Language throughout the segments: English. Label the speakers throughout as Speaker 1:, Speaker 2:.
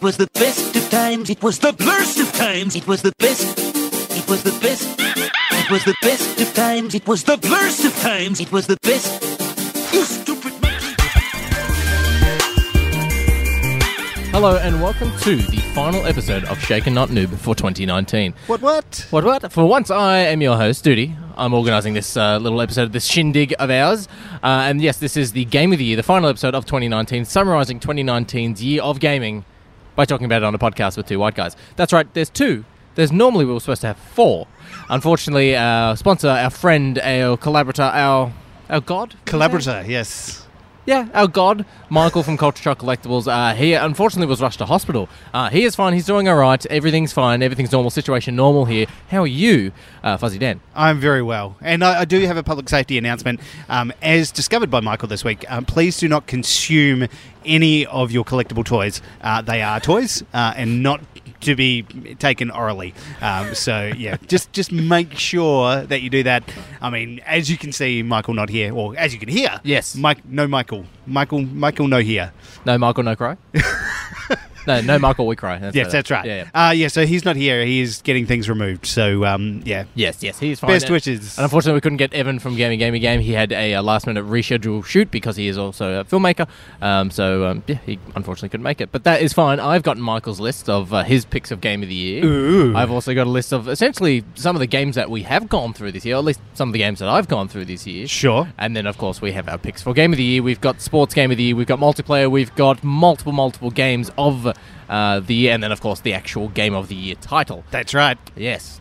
Speaker 1: was the best of times. It was the blurst of times. It was the best. It was the best. It was the best of times. It was the blurst of times. It was the best. You stupid monkey.
Speaker 2: Hello and welcome to the final episode of Shaken Not Noob for 2019.
Speaker 3: What what?
Speaker 2: What what? For once, I am your host, Duty. I'm organising this uh, little episode of this shindig of ours, uh, and yes, this is the game of the year, the final episode of 2019, summarising 2019's year of gaming by talking about it on a podcast with two white guys. That's right. There's two. There's normally we were supposed to have four. Unfortunately, our sponsor, our friend, our collaborator, our our god,
Speaker 3: Collaborator, yes.
Speaker 2: yeah, our god, Michael from Culture Shock Collectibles, uh, he unfortunately was rushed to hospital. Uh, he is fine, he's doing all right, everything's fine, everything's normal, situation normal here. How are you, uh, Fuzzy Dan?
Speaker 3: I'm very well. And I, I do have a public safety announcement. Um, as discovered by Michael this week, um, please do not consume any of your collectible toys. Uh, they are toys uh, and not to be taken orally. Um, so, yeah, just, just make sure that you do that. I mean, as you can see, Michael not here, or as you can hear.
Speaker 2: Yes.
Speaker 3: Mike, no Michael. Michael, Michael, no here.
Speaker 2: No Michael, no cry? no, no Michael, we cry.
Speaker 3: Yes, that's right.
Speaker 2: Yeah, yeah.
Speaker 3: Uh, yeah, so he's not here. He is getting things removed. So, um, yeah.
Speaker 2: Yes, yes, he's fine.
Speaker 3: Best
Speaker 2: And-
Speaker 3: wishes.
Speaker 2: And unfortunately, we couldn't get Evan from Gaming Gaming Game. He had a, uh last minute reschedule shoot because he is also a filmmaker. Um, so, um, yeah, he unfortunately couldn't make it. But that is fine. I've gotten Michael's list of uh, his picks of Game of the Year.
Speaker 3: Ooh.
Speaker 2: I've also got a list of essentially some of the games that we have gone through this year, or at least some of the games that I've gone through this year.
Speaker 3: Sure.
Speaker 2: And then, of course, we have our picks for Game of the Year. We've got Sports Game of the Year. We've got multiplayer. We've got multiple, multiple games of uh, the year. And then, of course, the actual Game of the Year title.
Speaker 3: That's right.
Speaker 2: Yes.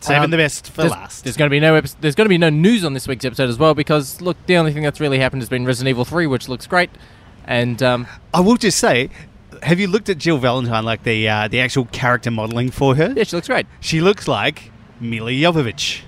Speaker 3: Saving
Speaker 2: Um,
Speaker 3: the best for
Speaker 2: there's,
Speaker 3: last.
Speaker 2: There's going to be no epi- there's going to be no news on this week's episode as well because look, the only thing that's really happened has been Resident Evil 3, which looks great, and um,
Speaker 3: I will just say, have you looked at Jill Valentine, like the uh, the actual character modelling for her?
Speaker 2: yeah, she looks great.
Speaker 3: She looks like Mila Jovovich.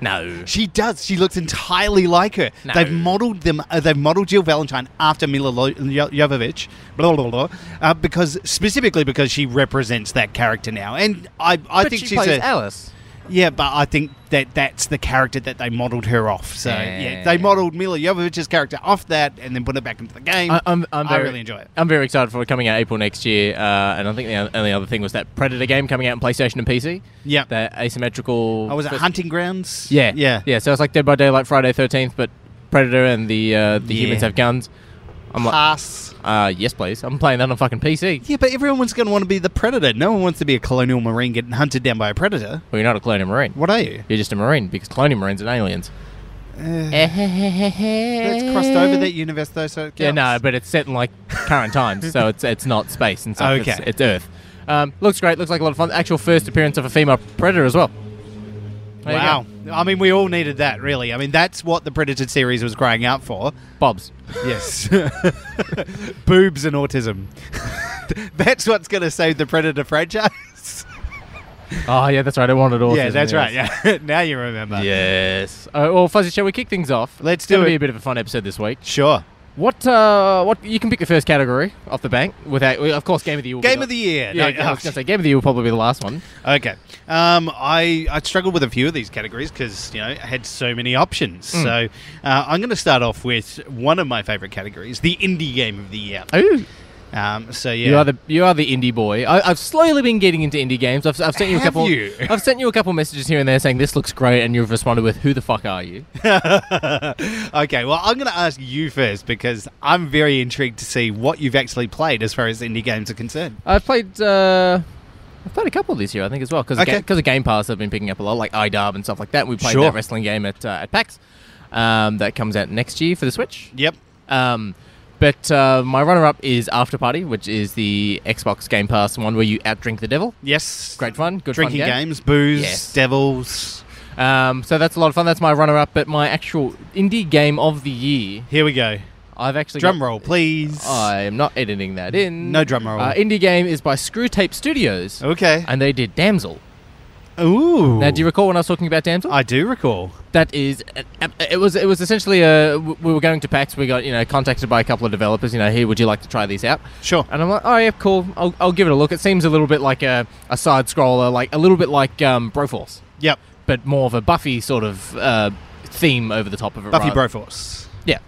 Speaker 2: No.
Speaker 3: She does. She looks entirely like her.
Speaker 2: No.
Speaker 3: They've modelled them. Uh, they've modelled Jill Valentine after Mila Lo- Jo- Jovovich, blah blah blah, blah, uh, because specifically because she represents that character now. And I, I
Speaker 2: But
Speaker 3: think
Speaker 2: she
Speaker 3: she's
Speaker 2: plays
Speaker 3: a,
Speaker 2: Alice.
Speaker 3: yeah, but I think that that's the character that they modelled her off. So yeah, they
Speaker 2: Yeah.
Speaker 3: modelled Mila Jovovich's character off that, and then put it back into the game.
Speaker 2: I, I'm, I'm
Speaker 3: I
Speaker 2: very,
Speaker 3: really enjoy it.
Speaker 2: I'm very excited for it coming out April next year. Uh, and I think the only other thing was that Predator game coming out on PlayStation and PC.
Speaker 3: Yeah.
Speaker 2: That asymmetrical.
Speaker 3: I Oh, was at
Speaker 2: first-
Speaker 3: Hunting Grounds.
Speaker 2: Yeah.
Speaker 3: yeah,
Speaker 2: Yeah. So it's like Dead by Daylight Friday 13th, but Predator and the uh, the
Speaker 3: Yeah.
Speaker 2: humans have guns. I'm like,
Speaker 3: Pass.
Speaker 2: uh, yes, please. I'm playing that on fucking PC.
Speaker 3: Yeah, but everyone's going to want to be the predator. No one wants to be a colonial marine getting hunted down by a predator.
Speaker 2: Well, you're not a cloning marine.
Speaker 3: What are you?
Speaker 2: You're just a marine because cloning marines and aliens.
Speaker 3: That's Eh. crossed over that universe though, so it
Speaker 2: Yeah, no,
Speaker 3: counts.
Speaker 2: but it's set in like current times, so it's it's not space and stuff. It's,
Speaker 3: Okay.
Speaker 2: it's Earth. Um, looks great. Looks like a lot of fun. Actual first appearance of a female predator as well. There you
Speaker 3: wow.
Speaker 2: go.
Speaker 3: I mean, we all needed that, really. I mean, that's what the Predator series was crying out for.
Speaker 2: Bob's.
Speaker 3: Yes. Boobs and autism. that's what's going to save the Predator franchise.
Speaker 2: Oh yeah, that's right. I wanted all.
Speaker 3: yeah, that's right. Yeah. now you remember.
Speaker 2: Yes. Uh, well, Fuzzy, shall we kick things off?
Speaker 3: Let's
Speaker 2: It's gonna
Speaker 3: do it.
Speaker 2: Be a bit of a fun episode this week.
Speaker 3: Sure.
Speaker 2: What? Uh, what? You can pick the first category off the bank without. Of course, game of the year. will be
Speaker 3: Game of the year.
Speaker 2: Yeah,
Speaker 3: No,
Speaker 2: I was gonna say game of the year will probably be the last one.
Speaker 3: Okay. Um, I, I struggled with a few of these categories because, you know, I had so many options.
Speaker 2: Hmm.
Speaker 3: So uh, I'm going to start off with one of my favourite categories, the indie game of the year.
Speaker 2: Ooh.
Speaker 3: Um, so,
Speaker 2: Oh.
Speaker 3: yeah.
Speaker 2: You are the you are the indie boy. I, I've slowly been getting into indie games. I've, I've sent you a
Speaker 3: Have
Speaker 2: couple.
Speaker 3: you?
Speaker 2: I've sent you a couple messages here and there saying this looks great, and you've responded with "Who the fuck are you?"
Speaker 3: okay, well, I'm going to ask you first because I'm very intrigued to see what you've actually played as far as indie games are concerned.
Speaker 2: I've played uh, I've played a couple this year, I think, as well because
Speaker 3: Okay.
Speaker 2: of Game Pass, I've been picking up a lot, like iDub and stuff like that. We played
Speaker 3: Sure.
Speaker 2: that wrestling game at uh, at PAX um, that comes out next year for the Switch.
Speaker 3: Yep.
Speaker 2: Um, but uh, my runner-up is After Party, which is the Xbox Game Pass one where you outdrink the devil.
Speaker 3: Yes.
Speaker 2: Great fun, good
Speaker 3: Drinking
Speaker 2: fun game.
Speaker 3: games, booze,
Speaker 2: Yes.
Speaker 3: devils.
Speaker 2: Um, so that's a lot of fun. That's my runner-up. But my actual indie game of the year,
Speaker 3: Here we go.
Speaker 2: I've actually
Speaker 3: Drum
Speaker 2: got-
Speaker 3: roll, please.
Speaker 2: I am not editing that in.
Speaker 3: No drum roll.
Speaker 2: Uh, indie game is by Screwtape Studios,
Speaker 3: okay.
Speaker 2: and they did Damsel.
Speaker 3: Ooh.
Speaker 2: Now, do you recall when I was talking about Damsel?
Speaker 3: I do recall.
Speaker 2: that is, uh, it was it was essentially a w- we were going to PAX. We got you know contacted by a couple of developers. You know, hey, would you like to try these out?
Speaker 3: Sure.
Speaker 2: And I'm like, oh yeah, cool. I'll, I'll give it a look. It seems a little bit like a, a side scroller, like a little bit like um, Broforce,
Speaker 3: Yep.
Speaker 2: but more of a Buffy sort of uh, theme over the top of it.
Speaker 3: Buffy
Speaker 2: rather-
Speaker 3: Broforce.
Speaker 2: Yeah.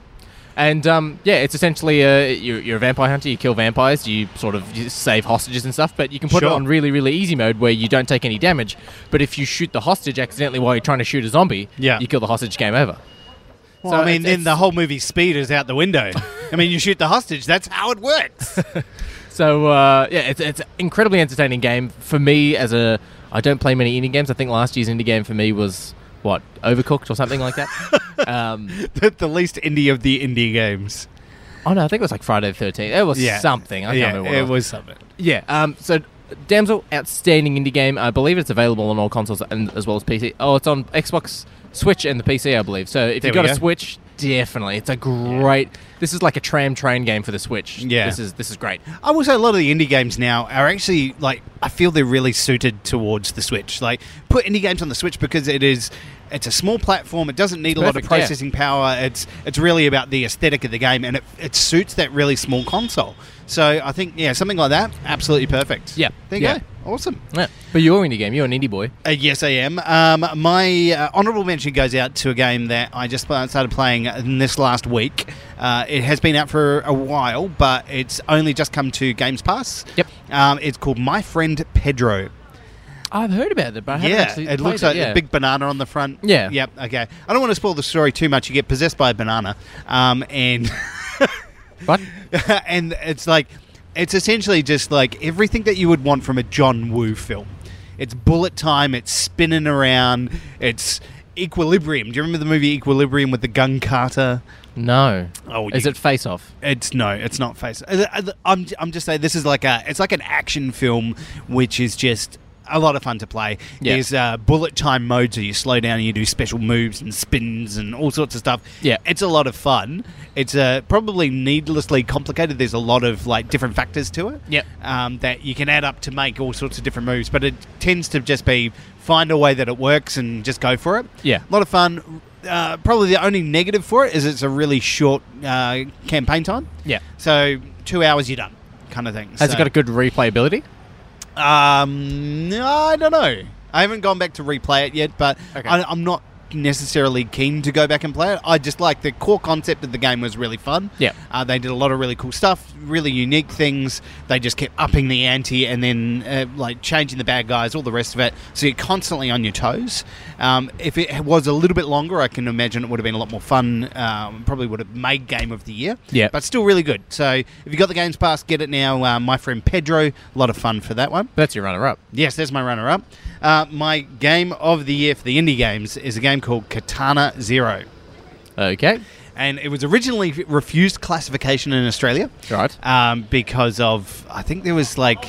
Speaker 2: And um, yeah, it's essentially a, you're, you're a vampire hunter. You kill vampires. You sort of you save hostages and stuff. But you can put it
Speaker 3: Sure.
Speaker 2: on really, really easy mode where you don't take any damage. But if you shoot the hostage accidentally while you're trying to shoot a zombie,
Speaker 3: Yeah.
Speaker 2: you kill the hostage. Game over.
Speaker 3: Well, I mean,
Speaker 2: it's-
Speaker 3: then
Speaker 2: it's-
Speaker 3: the whole movie speed is out the window. I mean, you shoot the hostage. That's how it works.
Speaker 2: So uh, yeah, it's it's an incredibly entertaining game for me as a. I don't play many indie games. I think last year's indie game for me was what Overcooked or something like that. um,
Speaker 3: the, the least indie of the indie games.
Speaker 2: oh no, I think it was like Friday the Thirteenth. It was
Speaker 3: Yeah.
Speaker 2: something. I can't
Speaker 3: yeah,
Speaker 2: remember what
Speaker 3: it
Speaker 2: it was.
Speaker 3: was something.
Speaker 2: Yeah. Um, so Damsel, outstanding indie game. I believe it's available on all consoles and as well as PC. Oh, it's on Xbox, Switch, and the PC, I believe. So if
Speaker 3: There
Speaker 2: you've got
Speaker 3: we
Speaker 2: a
Speaker 3: go.
Speaker 2: Switch, definitely, it's a great. This is like a tram train game for the Switch.
Speaker 3: Yeah.
Speaker 2: This is this is great.
Speaker 3: I will say a lot of the indie games now are actually like I feel they're really suited towards the Switch. Like put indie games on the Switch because it is it's a small platform. It doesn't need a lot of
Speaker 2: perfect, yeah.
Speaker 3: processing power. It's it's really about the aesthetic of the game and it, it suits that really small console. So I think yeah, something like that, absolutely perfect.
Speaker 2: Yeah,
Speaker 3: there you
Speaker 2: yeah.
Speaker 3: go. Awesome.
Speaker 2: Yeah. But you're indie game. You're an indie boy.
Speaker 3: Uh, yes, I am. Um, my uh, honourable mention goes out to a game that I just pl- started playing in this last week. Uh, it has been out for a while, but it's only just come to Games Pass.
Speaker 2: Yep.
Speaker 3: Um, it's called My Friend Pedro.
Speaker 2: I've heard about it, but I haven't
Speaker 3: yeah,
Speaker 2: actually played
Speaker 3: it looks like
Speaker 2: yeah.
Speaker 3: a big banana on the front.
Speaker 2: Yeah.
Speaker 3: Yep. Okay. I don't want to spoil the story too much. You get possessed by a banana, um, and
Speaker 2: What?
Speaker 3: and it's like it's essentially just like everything that you would want from a John Woo film. It's bullet time. It's spinning around. It's equilibrium. Do you remember the movie Equilibrium with the gun Carter?
Speaker 2: No.
Speaker 3: Oh,
Speaker 2: is
Speaker 3: you-
Speaker 2: it Face Off?
Speaker 3: It's no, it's not face. uh, I'm I'm just saying this is like a it's like an action film, which is just a lot of fun to play.
Speaker 2: Yeah.
Speaker 3: There's uh, bullet time modes so you slow down and you do special moves and spins and all sorts of stuff.
Speaker 2: Yeah.
Speaker 3: it's a lot of fun. It's uh, probably needlessly complicated. There's a lot of like different factors to it.
Speaker 2: Yep.
Speaker 3: um, that you can add up to make all sorts of different moves. But it tends to just be find a way that it works and just go for it.
Speaker 2: Yeah.
Speaker 3: a lot of fun. Uh, probably the only negative for it is it's a really short uh, campaign time.
Speaker 2: Yeah.
Speaker 3: So two hours, you're done, kind of thing.
Speaker 2: Has
Speaker 3: so,
Speaker 2: it got a good replayability?
Speaker 3: Um, no, I don't know. I haven't gone back to replay it yet, but
Speaker 2: Okay.
Speaker 3: I, I'm not necessarily keen to go back and play it. I just like the core concept of the game was really fun.
Speaker 2: Yeah.
Speaker 3: Uh, they did a lot of really cool stuff, really unique things. They just kept upping the ante and then uh, like changing the bad guys, all the rest of it. So you're constantly on your toes. Um, if it was a little bit longer, I can imagine it would have been a lot more fun. Um, probably would have made game of the year.
Speaker 2: Yeah.
Speaker 3: But still really good. So if you got the games pass, get it now. Uh, my friend Pedro, a lot of fun for that one.
Speaker 2: That's your runner-up.
Speaker 3: Yes, there's my runner up. Uh, my game of the year for the indie games is a game called Katana Zero
Speaker 2: Okay.
Speaker 3: and it was originally refused classification in Australia,
Speaker 2: Right.
Speaker 3: Um, because of I think there was like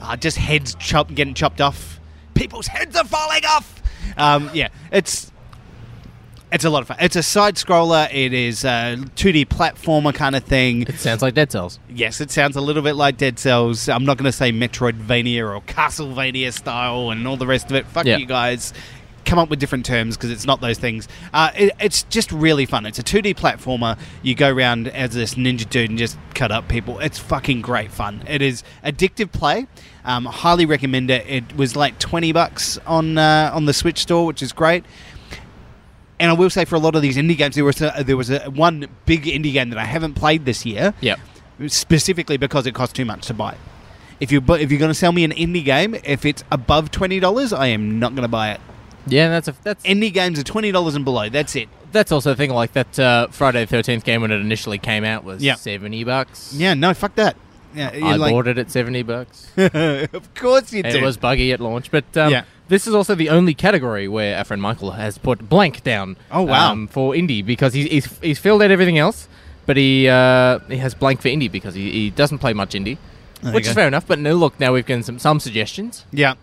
Speaker 3: uh, just heads chop getting chopped off. People's heads are falling off. Um, yeah, it's it's a lot of fun. It's a side scroller. It is a 2D platformer kind of thing.
Speaker 2: It sounds like Dead Cells.
Speaker 3: Yes, it sounds a little bit like Dead Cells. I'm not going to say Metroidvania or Castlevania style and all the rest of it. Fuck
Speaker 2: Yeah.
Speaker 3: you guys. Come up with different terms because it's not those things. Uh, it, it's just really fun. It's a 2D platformer. You go around as this ninja dude and just cut up people. It's fucking great fun. It is addictive play. Um, highly recommend it. It was like 20 bucks on uh, on the Switch store, which is great. And I will say, for a lot of these indie games, there was a, there was a, one big indie game that I haven't played this year
Speaker 2: Yep.
Speaker 3: specifically because it costs too much to buy. If you bu- if you're going to sell me an indie game, if it's above twenty dollars, I am not going to buy it.
Speaker 2: Yeah, that's a that's
Speaker 3: Indie games are twenty dollars and below. That's it.
Speaker 2: that's also a thing like that uh, Friday the Thirteenth game when it initially came out was
Speaker 3: Yeah.
Speaker 2: seventy bucks.
Speaker 3: Yeah, no, fuck that. Yeah, you're
Speaker 2: I
Speaker 3: like-
Speaker 2: bought it at seventy bucks.
Speaker 3: of course you do.
Speaker 2: it was buggy at launch, but um,
Speaker 3: Yeah.
Speaker 2: this is also the only category where our friend Michael has put blank down.
Speaker 3: Oh, wow.
Speaker 2: um, for indie because he's, he's he's filled out everything else, but he uh, he has blank for indie because he, he doesn't play much indie,
Speaker 3: There
Speaker 2: which
Speaker 3: you
Speaker 2: is
Speaker 3: go.
Speaker 2: fair enough. But no, look, now we've gotten some some suggestions.
Speaker 3: Yeah.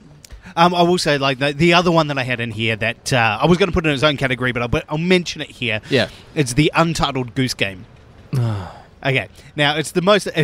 Speaker 3: Um, I will say, like the, the other one that I had in here that uh, I was going to put in its own category, but I'll, but I'll mention it here.
Speaker 2: Yeah.
Speaker 3: it's the Untitled Goose Game. okay, now it's the most.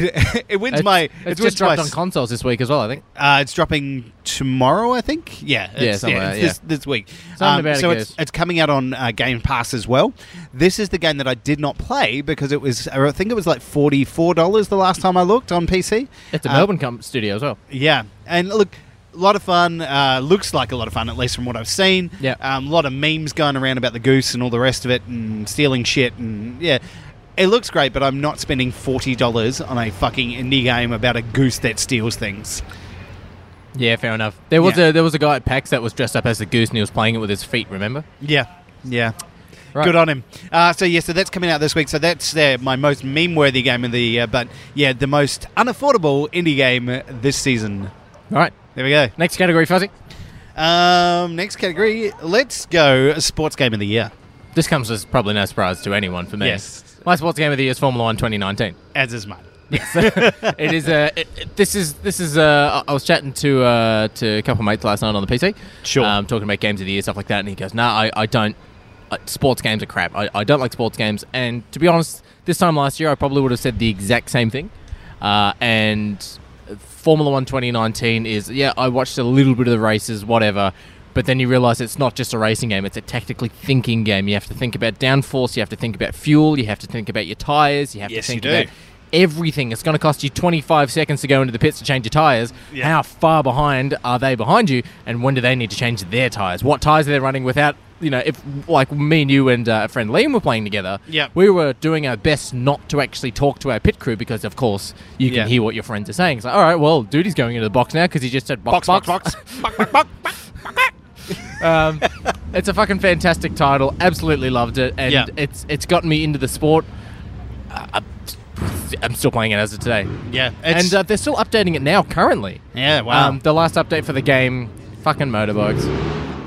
Speaker 3: It, wins my.
Speaker 2: it's,
Speaker 3: it
Speaker 2: it's
Speaker 3: wins
Speaker 2: just dropped
Speaker 3: my
Speaker 2: on consoles this week as well. I think
Speaker 3: Uh, it's dropping tomorrow, I think. Yeah, it's,
Speaker 2: somewhere,
Speaker 3: it's
Speaker 2: yeah.
Speaker 3: This, this week. Um,
Speaker 2: Something about it
Speaker 3: so
Speaker 2: goes.
Speaker 3: it's, it's coming out on uh, Game Pass as well. This is the game that I did not play because it was, I think it was like forty four dollars the last time I looked on PC.
Speaker 2: it's a
Speaker 3: Uh,
Speaker 2: Melbourne com- studio as well.
Speaker 3: Yeah, and look. A lot of fun. Uh, looks like a lot of fun, at least from what I've seen.
Speaker 2: Yeah.
Speaker 3: Um, a lot of memes going around about the goose and all the rest of it, and stealing shit, and yeah, It looks great, but I'm not spending forty dollars on a fucking indie game about a goose that steals things.
Speaker 2: Yeah, fair enough. There was
Speaker 3: Yeah.
Speaker 2: a there was a guy at PAX that was dressed up as a goose and he was playing it with his feet. Remember?
Speaker 3: Yeah, yeah.
Speaker 2: Right.
Speaker 3: Good on him. Uh, so yeah, so that's coming out this week. So that's uh, my most meme-worthy game of the year, but yeah, the most unaffordable indie game this season.
Speaker 2: All right.
Speaker 3: There we go.
Speaker 2: Next category, Fuzzy.
Speaker 3: Um, next category. Let's go sports game of the year.
Speaker 2: This comes as probably no surprise to anyone for me.
Speaker 3: Yes.
Speaker 2: My sports game of the year is Formula One 2019.
Speaker 3: As is mine.
Speaker 2: it is uh, it, it- this is this is uh, I I was chatting to uh, to a couple of mates last night on the PC.
Speaker 3: Sure.
Speaker 2: Um, talking about games of the year stuff like that, and he goes, "No, I, I don't. Uh, sports games are crap. I, I don't like sports games." And to be honest, this time last year, I probably would have said the exact same thing. Uh, and Formula One 2019 is yeah, I watched a little bit of the races, whatever. But then you realise it's not just a racing game; it's a tactically thinking game. You have to think about downforce. You have to think about fuel. You have to think about your tyres. You have
Speaker 3: Yes,
Speaker 2: to think
Speaker 3: you do.
Speaker 2: about everything. It's going to cost you 25 seconds to go into the pits to change your tyres.
Speaker 3: Yeah.
Speaker 2: How far behind are they behind you, and when do they need to change their tyres? What tyres are they running without? You know, if like me and you and uh, a friend Liam were playing together,
Speaker 3: Yep.
Speaker 2: we were doing our best not to actually talk to our pit crew because, of course, you can
Speaker 3: Yeah.
Speaker 2: hear what your friends are saying. It's like, all right, well, dude, he's going into the box now because he just said box, box,
Speaker 3: box, box, box, box.
Speaker 2: um, it's a fucking fantastic title. Absolutely loved it, and
Speaker 3: Yeah.
Speaker 2: it's it's gotten me into the sport. Uh, I'm- I'm still playing it as of today.
Speaker 3: Yeah, it's,
Speaker 2: and uh, they're still updating it now, currently.
Speaker 3: yeah. Wow.
Speaker 2: Um, the last update for the game, fucking motorbikes.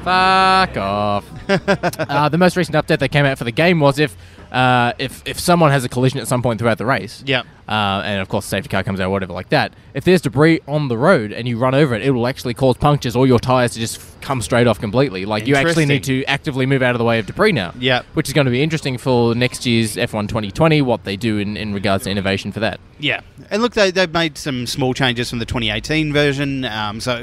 Speaker 2: Fuck off. uh, the most recent update that came out for the game was if uh, if if someone has a collision at some point throughout the race.
Speaker 3: Yeah.
Speaker 2: Uh, and of course, safety car comes out, whatever, like that. If there's debris on the road and you run over it, it will actually cause punctures or your tires to just f- come straight off completely. Like you actually need
Speaker 3: Interesting.
Speaker 2: to actively move out of the way of debris now.
Speaker 3: Yeah.
Speaker 2: Which is going to be interesting for next year's F1 2020, what they do in, in regards to innovation for that.
Speaker 3: Yeah, and look, they they've made some small changes from the 2018 version, um, so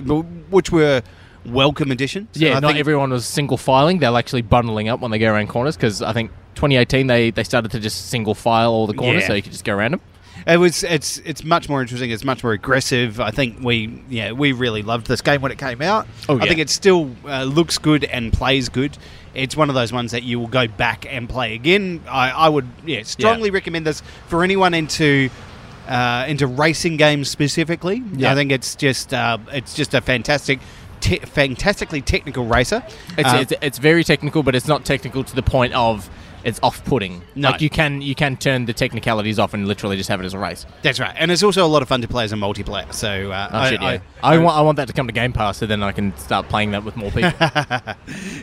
Speaker 3: which were welcome additions.
Speaker 2: Yeah,
Speaker 3: I
Speaker 2: not
Speaker 3: think-
Speaker 2: everyone was single filing. They're actually bundling up when they go around corners because I think 2018 they, they started to just single file all the corners
Speaker 3: Yeah.
Speaker 2: so you could just go around them.
Speaker 3: It was it's it's much more interesting. It's much more aggressive. I think we yeah we really loved this game when it came out.
Speaker 2: Oh,
Speaker 3: I
Speaker 2: yeah.
Speaker 3: think it still uh, looks good and plays good. It's one of those ones that you will go back and play again. I, I would yeah strongly recommend this for anyone into. Uh, into racing games specifically,
Speaker 2: Yeah.
Speaker 3: I think it's just uh, it's just a fantastic, te- fantastically technical racer.
Speaker 2: It's,
Speaker 3: Uh,
Speaker 2: it's, it's very technical, but it's not technical to the point of it's off-putting.
Speaker 3: No.
Speaker 2: Like you can you can turn the technicalities off and literally just have it as a race.
Speaker 3: That's right, and it's also a lot of fun to play as a multiplayer. So uh,
Speaker 2: Oh,
Speaker 3: I,
Speaker 2: shit, yeah.
Speaker 3: I-
Speaker 2: I, want I want that to come to Game Pass so then I can start playing that with more people.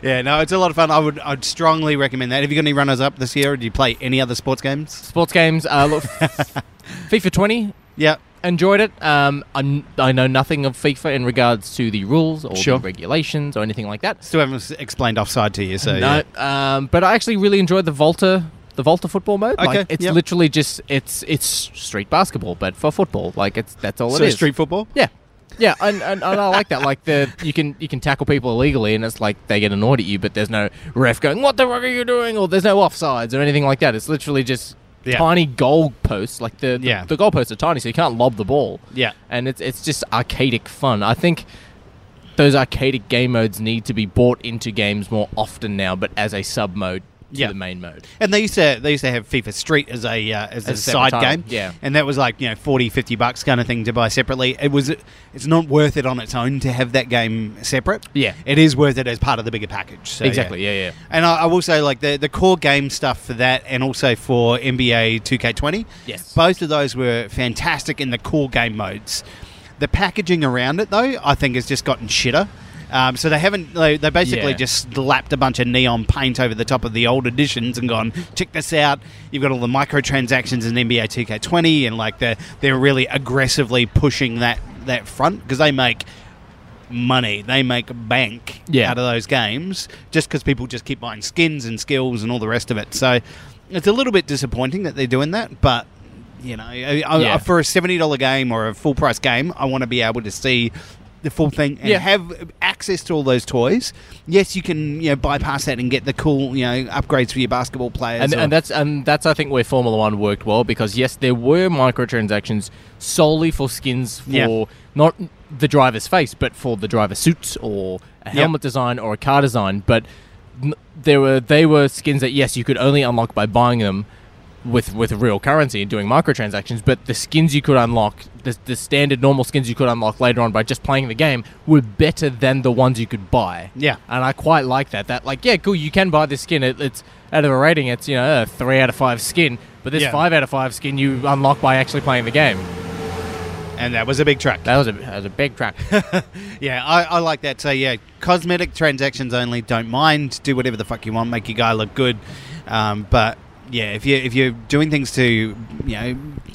Speaker 3: yeah, no, it's a lot of fun. I would, I'd strongly recommend that. Have you got any runners up this year? Or do you play any other sports games?
Speaker 2: Sports games. Uh, look, FIFA 20
Speaker 3: Yeah,
Speaker 2: enjoyed it. Um, I'm, I know nothing of FIFA in regards to the rules or
Speaker 3: Sure.
Speaker 2: the regulations or anything like that.
Speaker 3: still haven't s- explained offside to you. So yeah.
Speaker 2: No, um, but I actually really enjoyed the Volta, the Volta football mode.
Speaker 3: Okay,
Speaker 2: like, it's
Speaker 3: yep.
Speaker 2: literally just it's it's street basketball, but for football. Like it's that's all
Speaker 3: so
Speaker 2: it is.
Speaker 3: street football.
Speaker 2: yeah, yeah, and, and, and I like that. Like the you can you can tackle people illegally, and it's like they get annoyed at you, but there's no ref going, "What the fuck are you doing?" or there's no offsides or anything like that. It's literally just
Speaker 3: Yeah.
Speaker 2: tiny goal posts. Like the the,
Speaker 3: Yeah.
Speaker 2: the goal posts are tiny, so you can't lob the ball
Speaker 3: Yeah.
Speaker 2: and it's it's just arcadic fun. I think those arcadic game modes need to be brought into games more often now, but as a sub mode to
Speaker 3: Yeah.
Speaker 2: the main mode.
Speaker 3: And they used to they used to have FIFA Street as a uh, as, a,
Speaker 2: a separate
Speaker 3: side
Speaker 2: title,
Speaker 3: game.
Speaker 2: yeah.
Speaker 3: And that was like, you know, 40 50 bucks kind of thing to buy separately. It was it's not worth it on its own to have that game separate.
Speaker 2: Yeah.
Speaker 3: It is worth it as part of the bigger package. So, yeah.
Speaker 2: exactly. Yeah, yeah.
Speaker 3: And I, I will say, like the, the core game stuff for that, and also for NBA 2K20.
Speaker 2: Yes.
Speaker 3: both of those were fantastic in the core game modes. The packaging around it, though, I think has just gotten shitter. Um, so they haven't. They, they basically
Speaker 2: Yeah.
Speaker 3: just slapped a bunch of neon paint over the top of the old editions and gone, check this out. You've got all the microtransactions in NBA 2K20, and like they're they're really aggressively pushing that that front because they make money. They make bank
Speaker 2: Yeah.
Speaker 3: out of those games just because people just keep buying skins and skills and all the rest of it. So it's a little bit disappointing that they're doing that, but you know, I, I,
Speaker 2: Yeah.
Speaker 3: for a seventy dollar game or a full price game, I want to be able to see the full thing and
Speaker 2: Yeah.
Speaker 3: have access to all those toys. Yes, you can you know bypass that and get the cool you know upgrades for your basketball players.
Speaker 2: And,
Speaker 3: or-
Speaker 2: and that's and that's I think where Formula One worked well because yes, there were microtransactions solely for skins for
Speaker 3: Yeah.
Speaker 2: not the driver's face, but for the driver suits or a helmet design or a car design. But n- there were they were skins that yes, you could only unlock by buying them. with with real currency and doing microtransactions, but the skins you could unlock, the, the standard normal skins you could unlock later on by just playing the game, were better than the ones you could buy.
Speaker 3: Yeah.
Speaker 2: and I quite like that. That like, yeah, cool. You can buy this skin. It, it's out of a rating. It's you know a three out of five skin, but this
Speaker 3: Yeah.
Speaker 2: five out of five skin you unlock by actually playing the game.
Speaker 3: And that was a big track.
Speaker 2: That was a that was a big track.
Speaker 3: Yeah, I, I like that. So yeah, cosmetic transactions only. Don't mind. Do whatever the fuck you want. Make your guy look good. Um, but yeah, if you if you're doing things to you know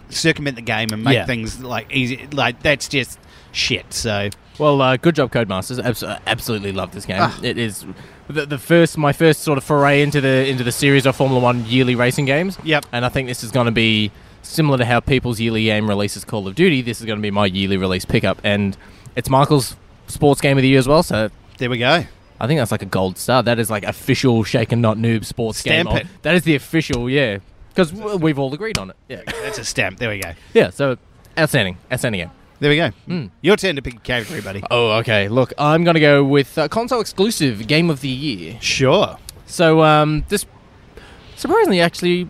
Speaker 3: circumvent the game and make
Speaker 2: Yeah.
Speaker 3: things like easy, like that's just shit. So
Speaker 2: Well, uh, good job, Codemasters. Abs- uh, absolutely love this game.
Speaker 3: Ah.
Speaker 2: It is the, the first, my first sort of foray into the into the series of Formula One yearly racing games.
Speaker 3: Yep.
Speaker 2: And I think this is going to be similar to how people's yearly game releases Call of Duty. This is going to be my yearly release pickup, and it's Michael's sports game of the year as well. So
Speaker 3: there we go.
Speaker 2: I think that's like a gold star. That is like official Shaken Not Noob sports
Speaker 3: Stamp
Speaker 2: game.
Speaker 3: it.
Speaker 2: That is the official, yeah, because we've all agreed on it. Yeah.
Speaker 3: That's a stamp. There we go.
Speaker 2: Yeah. So outstanding, outstanding game.
Speaker 3: There we go. Your turn to pick a category, buddy.
Speaker 2: Oh, okay. Look, I'm going to go with uh, console exclusive game of the year.
Speaker 3: Sure.
Speaker 2: So, um, this surprisingly, actually,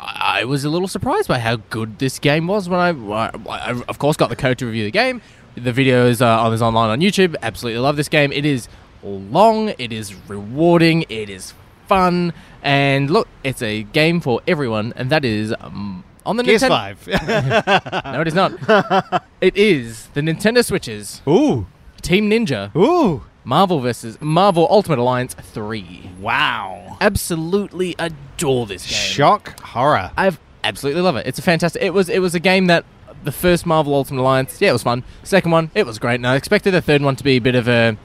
Speaker 2: I I was a little surprised by how good this game was when I, I, I of course, got the code to review the game. The video is, uh, on- is online on YouTube. Absolutely love this game. It is long, it is rewarding, it is fun, and look, it's a game for everyone, and that is um, on the
Speaker 3: Gears
Speaker 2: Nintendo.
Speaker 3: five.
Speaker 2: No, it is not. it is the Nintendo Switches
Speaker 3: ooh.
Speaker 2: Team Ninja.
Speaker 3: Ooh.
Speaker 2: Marvel versus Marvel Ultimate Alliance 3.
Speaker 3: Wow.
Speaker 2: Absolutely adore this game.
Speaker 3: Shock horror.
Speaker 2: I've absolutely love it. It's a fantastic. It was it was a game that the first Marvel Ultimate Alliance, yeah, it was fun. Second one, it was great. And I expected the third one to be a bit of a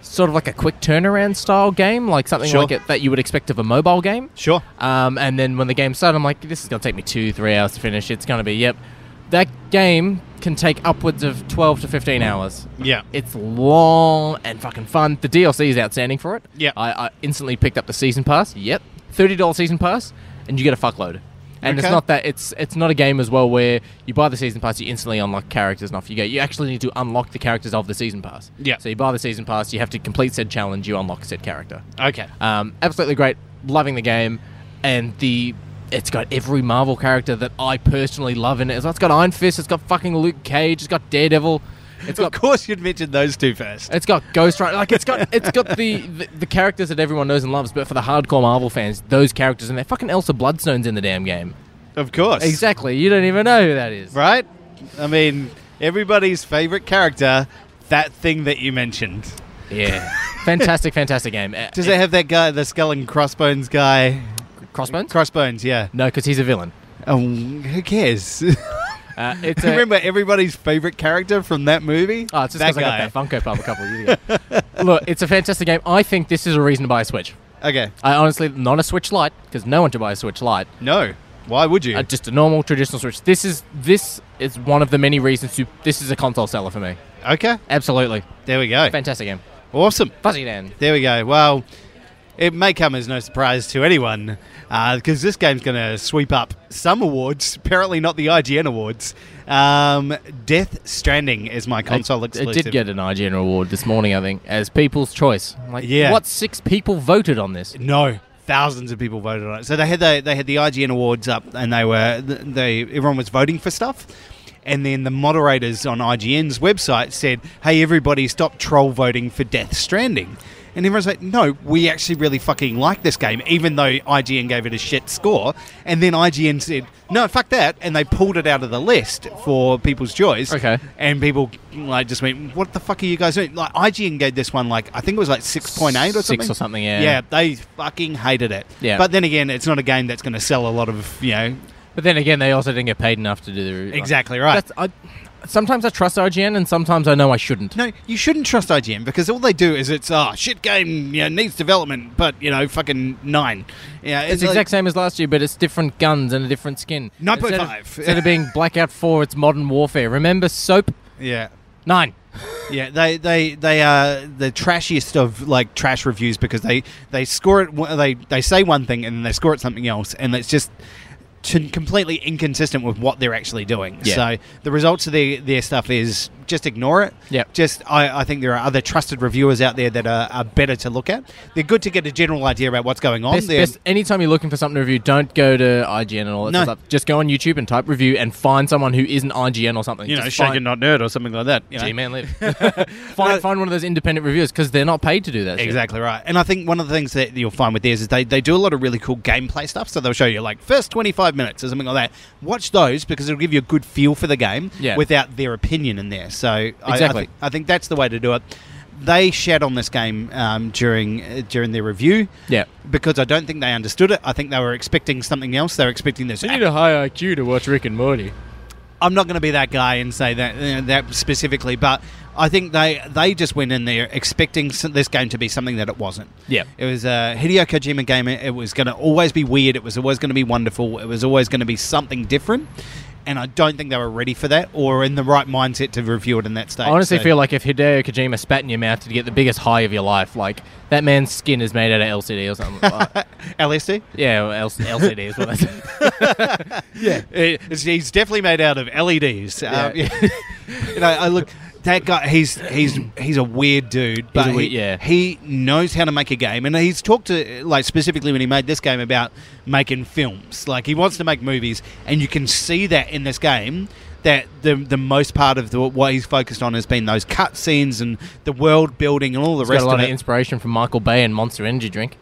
Speaker 2: sort of like a quick turnaround style game, like something
Speaker 3: Sure.
Speaker 2: like it that you would expect of a mobile game.
Speaker 3: Sure.
Speaker 2: Um, and then when the game started, I'm like, this is going to take me two, three hours to finish. It's going to be, yep. That game can take upwards of 12 to 15 hours.
Speaker 3: Yeah.
Speaker 2: It's long and fucking fun. The DLC is outstanding for it.
Speaker 3: Yeah.
Speaker 2: I, I instantly picked up the season pass. Yep. $30 season pass, and you get a fuckload. And it's
Speaker 3: Okay.
Speaker 2: not that it's it's not a game as well where you buy the season pass, you instantly unlock characters, and off you go. You actually need to unlock the characters of the season pass.
Speaker 3: Yeah.
Speaker 2: So you buy the season pass, you have to complete said challenge, you unlock said character.
Speaker 3: Okay.
Speaker 2: Um, absolutely great, loving the game, and the it's got every Marvel character that I personally love in it. It's got Iron Fist, it's got fucking Luke Cage, it's got Daredevil, it's
Speaker 3: Of
Speaker 2: got
Speaker 3: course, you'd mention those two first.
Speaker 2: it's got Ghost Rider. Like it's got it's got the, the the characters that everyone knows and loves, but for the hardcore Marvel fans, those characters and they're fucking Elsa Bloodstone's in the damn game.
Speaker 3: Of course.
Speaker 2: Exactly, you don't even know who that is.
Speaker 3: Right? I mean, everybody's favorite character, that thing that you mentioned.
Speaker 2: Yeah, fantastic, fantastic game. Uh,
Speaker 3: Does it have that guy, the skull and crossbones guy?
Speaker 2: Crossbones?
Speaker 3: Crossbones, yeah.
Speaker 2: no, because he's a villain.
Speaker 3: Um, who cares?
Speaker 2: Uh, it's a,
Speaker 3: Remember everybody's favorite character from that movie?
Speaker 2: Oh, it's just because I got that Funko Pop a couple of years ago. Look, it's a fantastic game. I think this is a reason to buy a Switch.
Speaker 3: Okay.
Speaker 2: I honestly, not a Switch Lite, because no one should buy a Switch Lite.
Speaker 3: No. Why would you?
Speaker 2: Uh, just a normal, traditional Switch. This is this is one of the many reasons to. This is a console seller for me.
Speaker 3: okay.
Speaker 2: Absolutely,
Speaker 3: There we go.
Speaker 2: fantastic game.
Speaker 3: Awesome.
Speaker 2: Fuzzy Dan.
Speaker 3: There we go. Well, it may come as no surprise to anyone because this game's going to sweep up some awards, apparently not the IGN awards. Um, Death Stranding is my console
Speaker 2: it, it
Speaker 3: exclusive.
Speaker 2: did get an IGN award this morning, I think, as People's Choice. I'm like,
Speaker 3: Yeah.
Speaker 2: what six people voted on this?
Speaker 3: No, thousands of people voted on it. So they had the, they had the IGN awards up, and they were th- they everyone was voting for stuff. And then the moderators on IGN's website said, "Hey, everybody, stop troll voting for Death Stranding." And everyone's like, "No, we actually really fucking like this game, even though IGN gave it a shit score." And then IGN said, "No, fuck that," and they pulled it out of the list for people's choice.
Speaker 2: Okay.
Speaker 3: And people like just went, "What the fuck are you guys doing?" Like IGN gave this one like I think it was like six point eight or
Speaker 2: Six
Speaker 3: something.
Speaker 2: or something, yeah.
Speaker 3: Yeah, they fucking hated it.
Speaker 2: Yeah.
Speaker 3: But then again, it's not a game that's going to sell a lot of, you know,
Speaker 2: But then again, they also didn't get paid enough to do the review.
Speaker 3: exactly right.
Speaker 2: That's, I, sometimes I trust IGN, and sometimes I know I shouldn't.
Speaker 3: no, you shouldn't trust IGN because all they do is it's, ah, shit game, you know, needs development, but, you know, fucking nine. Yeah,
Speaker 2: It's the
Speaker 3: like-
Speaker 2: exact same as last year, but it's different guns and a different skin.
Speaker 3: 9.5.
Speaker 2: Instead of- Instead of being Blackout 4, it's Modern Warfare. Remember Soap?
Speaker 3: Yeah.
Speaker 2: 9.
Speaker 3: Yeah, they, they they are the trashiest of like trash reviews because they they score it one- they they say one thing and then they score it something else and it's just t- completely inconsistent with what they're actually doing.
Speaker 2: Yeah.
Speaker 3: So the results of their their stuff is just ignore it.
Speaker 2: Yep.
Speaker 3: Just I, I think there are other trusted reviewers out there that are, are better to look at. They're good to get a general idea about what's going on.
Speaker 2: Best,
Speaker 3: They're-
Speaker 2: best, anytime you're looking for something to review, don't go to IGN and all that
Speaker 3: No.
Speaker 2: stuff. Just go on YouTube and type review and find someone who isn't IGN or something.
Speaker 3: you know,
Speaker 2: Just
Speaker 3: shaken
Speaker 2: find-
Speaker 3: not nerd or something like that. You know?
Speaker 2: G-Man live. find, find one of those independent reviewers because they're not paid to do that. shit.
Speaker 3: Exactly right. And I think one of the things that you'll find with theirs is they, they do a lot of really cool gameplay stuff. So they'll show you like first 25 minutes or something like that. Watch those because it'll give you a good feel for the game
Speaker 2: Yeah.
Speaker 3: without their opinion in there. So I- I,
Speaker 2: Exactly.
Speaker 3: thi- I think that's the way to do it. They shat on this game um, during uh, during their review.
Speaker 2: Yeah.
Speaker 3: Because I don't think they understood it. I think they were expecting something else. They were expecting this.
Speaker 2: a high IQ to watch Rick and Morty.
Speaker 3: I'm not going to be that guy and say that you know, that specifically, but I think they they just went in there expecting s- this game to be something that it wasn't.
Speaker 2: Yeah.
Speaker 3: it was a Hideo Kojima game. It it was going to always be weird. It was always going to be wonderful. It was always going to be something different. And I don't think they were ready for that or in the right mindset to review it in that stage.
Speaker 2: I honestly
Speaker 3: So-
Speaker 2: feel like if Hideo Kojima spat in your mouth to get the biggest high of your life, like that man's skin is made out of LCD or something. Uh,
Speaker 3: LSD.
Speaker 2: yeah, well, L- LCD is what that's.
Speaker 3: It- it's- he's definitely made out of LEDs. Um,
Speaker 2: Yeah.
Speaker 3: you know, I look that guy. He's he's he's a weird dude, but
Speaker 2: a weird-
Speaker 3: he,
Speaker 2: yeah.
Speaker 3: he knows how to make a game, and he's talked to like specifically when he made this game about making films. Like he wants to make movies, and you can see that in this game. That the the most part of the, what he's focused on has been those cut scenes and the world building and all the
Speaker 2: Got
Speaker 3: rest
Speaker 2: a lot
Speaker 3: of
Speaker 2: of
Speaker 3: it.
Speaker 2: inspiration from Michael Bay and Monster Energy Drink.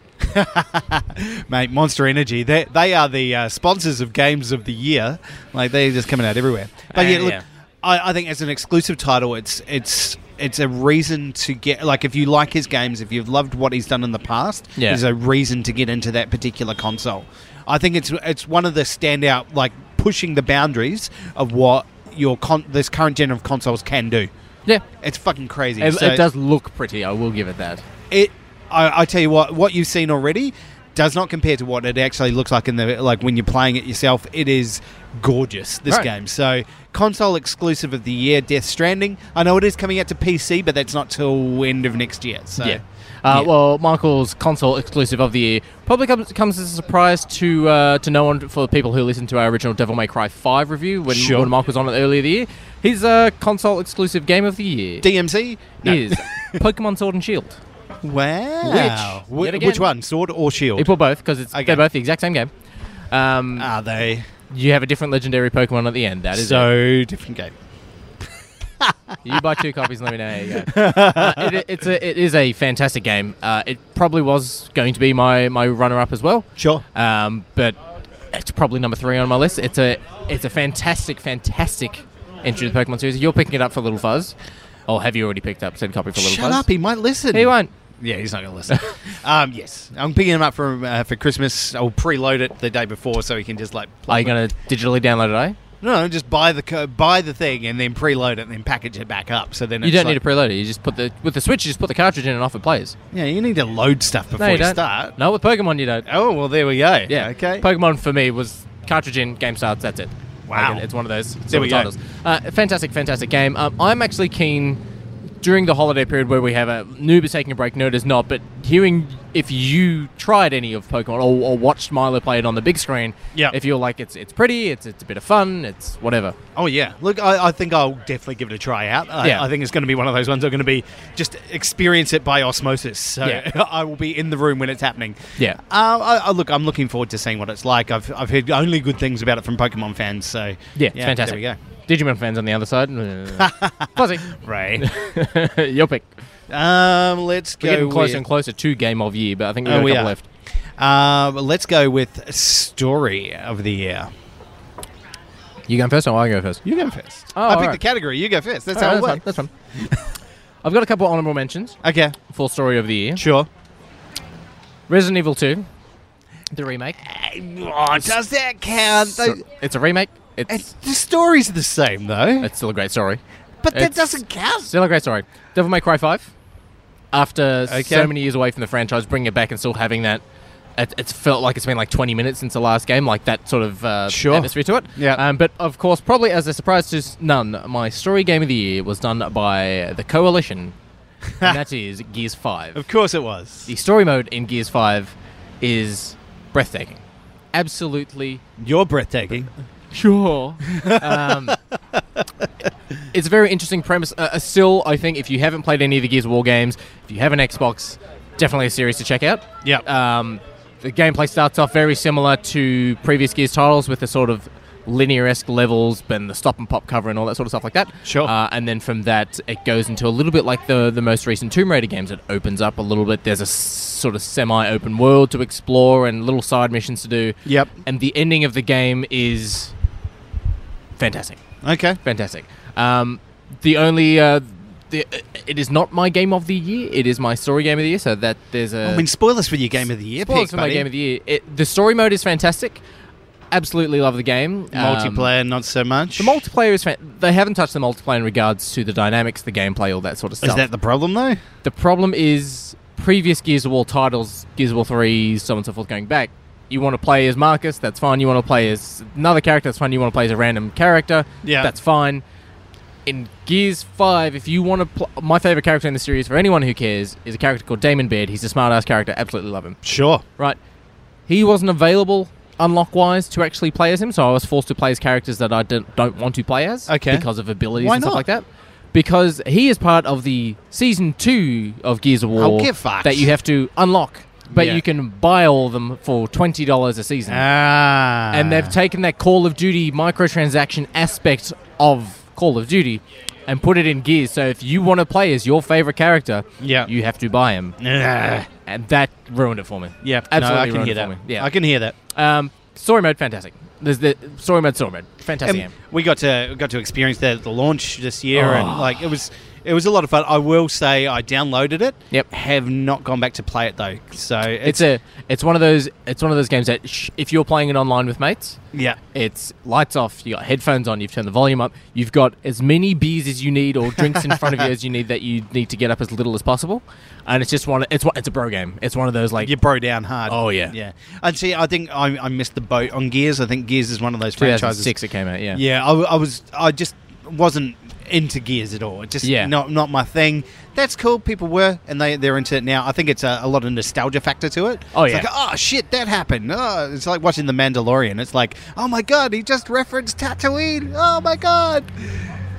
Speaker 3: Mate, Monster Energy, they, they are the uh, sponsors of games of the year. Like, they're just coming out everywhere. But
Speaker 2: Uh,
Speaker 3: yeah, look,
Speaker 2: yeah.
Speaker 3: I, I think as an exclusive title, it's it's it's a reason to get like if you like his games, if you've loved what he's done in the past,
Speaker 2: Yeah.
Speaker 3: there's a reason to get into that particular console. I think it's it's one of the standout like pushing the boundaries of what your con- this current gen of consoles can do.
Speaker 2: Yeah,
Speaker 3: It's fucking crazy.
Speaker 2: it,
Speaker 3: So-
Speaker 2: it does look pretty. I will give it that.
Speaker 3: it I, I tell you what what you've seen already does not compare to what it actually looks like in the like when you're playing it yourself it is gorgeous this
Speaker 2: Right.
Speaker 3: game so console exclusive of the year death stranding i know it is coming out to pc but that's not till end of next year so
Speaker 2: Yeah. Uh,
Speaker 3: yeah.
Speaker 2: Well, Michael's console exclusive of the year probably comes, comes as a surprise to uh, to no one for the people who listened to our original Devil May Cry 5 review when,
Speaker 3: Sure.
Speaker 2: when Mike was on it earlier the year. His uh, console exclusive game of the year
Speaker 3: dmc No.
Speaker 2: is Pokemon Sword and Shield.
Speaker 3: wow
Speaker 2: Which,
Speaker 3: Wh-
Speaker 2: yet
Speaker 3: which
Speaker 2: again-
Speaker 3: one sword or shield
Speaker 2: People both because it's
Speaker 3: Okay.
Speaker 2: they're both the exact same game. Um,
Speaker 3: are they
Speaker 2: you have a different legendary Pokemon at the end. That is it.
Speaker 3: so different game
Speaker 2: You buy two copies and let me know how you go. Uh, it, it's a, it is a fantastic game. Uh, it probably was going to be my, my runner up as well.
Speaker 3: sure
Speaker 2: um, but it's probably number three on my list. It's a it's a fantastic, fantastic entry to the Pokemon series. You're picking it up for Little Fuzz, or have you already picked up said copy for Little
Speaker 3: Shut
Speaker 2: Fuzz?
Speaker 3: up! He might listen.
Speaker 2: He won't.
Speaker 3: Yeah, he's not going to listen. um, yes, I'm picking him up for uh, for Christmas. I'll preload it the day before so he can just like.
Speaker 2: Are you going to digitally download it? Eh?
Speaker 3: No, just buy the co- buy the thing and then preload it and then package it back up. So then
Speaker 2: You
Speaker 3: it's
Speaker 2: don't
Speaker 3: like,
Speaker 2: need to preload it. You just put the with the Switch, you just put the cartridge in and off it plays.
Speaker 3: Yeah, you need to load stuff
Speaker 2: No,
Speaker 3: before
Speaker 2: you
Speaker 3: you,
Speaker 2: don't.
Speaker 3: start.
Speaker 2: No, with Pokemon you don't.
Speaker 3: Oh well, there we go.
Speaker 2: Yeah.
Speaker 3: Okay.
Speaker 2: Pokemon for me was cartridge in, game starts, that's it.
Speaker 3: Wow.
Speaker 2: Like, it's one of those sort
Speaker 3: There we
Speaker 2: of
Speaker 3: go.
Speaker 2: titles. Uh, fantastic, fantastic game. Um, I'm actually keen during the holiday period where we have a noob is taking a break, nerd is not, but hearing if you tried any of Pokemon or, or watched Milo play it on the big screen,
Speaker 3: Yeah.
Speaker 2: if you're like it's it's pretty, it's it's a bit of fun, it's whatever.
Speaker 3: oh yeah. Look, I, I think I'll definitely give it a try out. I,
Speaker 2: Yeah.
Speaker 3: I think it's going to be one of those ones. I'm going to be just experience it by osmosis. So
Speaker 2: Yeah.
Speaker 3: I will be in the room when it's happening.
Speaker 2: Yeah.
Speaker 3: Uh, I, I, look, I'm looking forward to seeing what it's like. I've I've heard only good things about it from Pokemon fans. So
Speaker 2: Yeah, it's fantastic.
Speaker 3: There
Speaker 2: Digimon fans on the other side. uh, Fuzzy.
Speaker 3: we go. Right.
Speaker 2: Your pick.
Speaker 3: um, let's
Speaker 2: We're
Speaker 3: go.
Speaker 2: getting closer
Speaker 3: with-
Speaker 2: and closer to game of year, but I think we've
Speaker 3: Oh,
Speaker 2: got a
Speaker 3: we
Speaker 2: couple
Speaker 3: are.
Speaker 2: left.
Speaker 3: Uh, let's go with story of the year.
Speaker 2: You going first or I go first?
Speaker 3: You go first.
Speaker 2: Oh,
Speaker 3: I
Speaker 2: all
Speaker 3: picked
Speaker 2: right.
Speaker 3: the category. You go first. That's
Speaker 2: All
Speaker 3: how
Speaker 2: right,
Speaker 3: it works.
Speaker 2: Oh, that's fine. That's fine. I've got a couple honorable mentions.
Speaker 3: Okay,
Speaker 2: Full story of the year.
Speaker 3: sure.
Speaker 2: Resident Evil 2, the remake.
Speaker 3: Oh, does that count?
Speaker 2: So- it's a remake. It's,
Speaker 3: It's- the story's the same though,
Speaker 2: it's still a great story.
Speaker 3: but that
Speaker 2: it's-
Speaker 3: doesn't count.
Speaker 2: Still a great story. Devil May Cry 5. After
Speaker 3: Okay.
Speaker 2: so many years away from the franchise, bringing it back and still having that. It, it's felt like it's been like 20 minutes since the last game, like that sort of uh,
Speaker 3: Sure.
Speaker 2: atmosphere to it.
Speaker 3: Yeah.
Speaker 2: Um, but of course, probably as a surprise to s- none, my story game of the year was done by the Coalition, and that is Gears 5.
Speaker 3: Of course it was.
Speaker 2: the story mode in Gears 5 is breathtaking. Absolutely
Speaker 3: You're breathtaking.
Speaker 2: sure. Um, it's a very interesting premise. Uh, uh, still, I think if you haven't played any of the Gears of War games, if you have an Xbox, definitely a series to check out.
Speaker 3: Yep.
Speaker 2: Um, the gameplay starts off very similar to previous Gears titles with the sort of linear-esque levels and the stop and pop cover and all that sort of stuff like that.
Speaker 3: Sure.
Speaker 2: Uh, and then from that, it goes into a little bit like the the most recent Tomb Raider games. It opens up a little bit. There's a s- sort of semi-open world to explore and little side missions to do.
Speaker 3: Yep.
Speaker 2: And the ending of the game is fantastic uh,
Speaker 3: Okay.
Speaker 2: fantastic. Um, the only uh, the, it is not my game of the year. It is my story game of the year. So that there's a
Speaker 3: I mean, spoilers for your game of the year.
Speaker 2: spoilers
Speaker 3: pick,
Speaker 2: for my
Speaker 3: buddy.
Speaker 2: game of the year. It, the story mode is fantastic. Absolutely love the game. Um,
Speaker 3: Multiplayer, not so much.
Speaker 2: the multiplayer is. Fan- they haven't touched the multiplayer in regards to the dynamics, the gameplay, all that sort of stuff.
Speaker 3: Is that the problem though?
Speaker 2: The problem is previous Gears of War titles, Gears of War 3, so on and so forth, going back. You want to play as Marcus, that's fine. You want to play as another character, that's fine. You want to play as a random character,
Speaker 3: Yeah.
Speaker 2: that's fine. In Gears 5, if you want to. Pl- my favorite character in the series, for anyone who cares, is a character called Damon Beard. He's a smart ass character, absolutely love him.
Speaker 3: Sure.
Speaker 2: Right. He wasn't available unlock wise to actually play as him, so I was forced to play as characters that I don't, don't want to play as.
Speaker 3: Okay.
Speaker 2: Because of abilities
Speaker 3: Why
Speaker 2: and
Speaker 3: not?
Speaker 2: stuff like that. Because he is part of the season two of Gears of War
Speaker 3: I'll give fucks.
Speaker 2: that you have to unlock, but
Speaker 3: Yeah.
Speaker 2: you can buy all of them for twenty dollars a season.
Speaker 3: Ah.
Speaker 2: and they've taken that Call of Duty microtransaction aspect of Call of Duty and put it in Gears. So if you want to play as your favorite character,
Speaker 3: Yeah.
Speaker 2: you have to buy him,
Speaker 3: Ah.
Speaker 2: and that ruined it for me.
Speaker 3: Yeah,
Speaker 2: absolutely.
Speaker 3: No, I can
Speaker 2: ruined
Speaker 3: hear
Speaker 2: it
Speaker 3: that.
Speaker 2: for me. Yeah,
Speaker 3: I can hear that.
Speaker 2: um, story mode, fantastic. There's the story mode, story mode, fantastic
Speaker 3: And
Speaker 2: game.
Speaker 3: Um, we got to we got to experience that at the launch this year, and
Speaker 2: Oh.
Speaker 3: like it was it was a lot of fun. I will say I downloaded it.
Speaker 2: Yep.
Speaker 3: Have not gone back to play it though. So
Speaker 2: It's
Speaker 3: it's,
Speaker 2: a, it's one of those, it's one of those games that sh- if you're playing it online with mates,
Speaker 3: yeah.
Speaker 2: it's lights off. You got headphones on. You've turned the volume up. You've got as many beers as you need, or drinks in front of you as you need that you need to get up as little as possible. And it's just one. It's one- it's a bro game. It's one of those like
Speaker 3: You bro down hard.
Speaker 2: Oh, yeah.
Speaker 3: yeah. And see, I think I, I missed the boat on Gears. I think Gears is one of those franchises.
Speaker 2: 2006 it came out. Yeah.
Speaker 3: Yeah, I, w- I was I just wasn't into Gears at all. It Just
Speaker 2: Yeah.
Speaker 3: not not my thing. That's cool. People were, and they they're into it now. I think it's a, a lot of nostalgia factor to it.
Speaker 2: Oh,
Speaker 3: it's
Speaker 2: yeah.
Speaker 3: Like, oh shit, that happened. Oh, it's like watching The Mandalorian. It's like, oh my god, he just referenced Tatooine. Oh my god.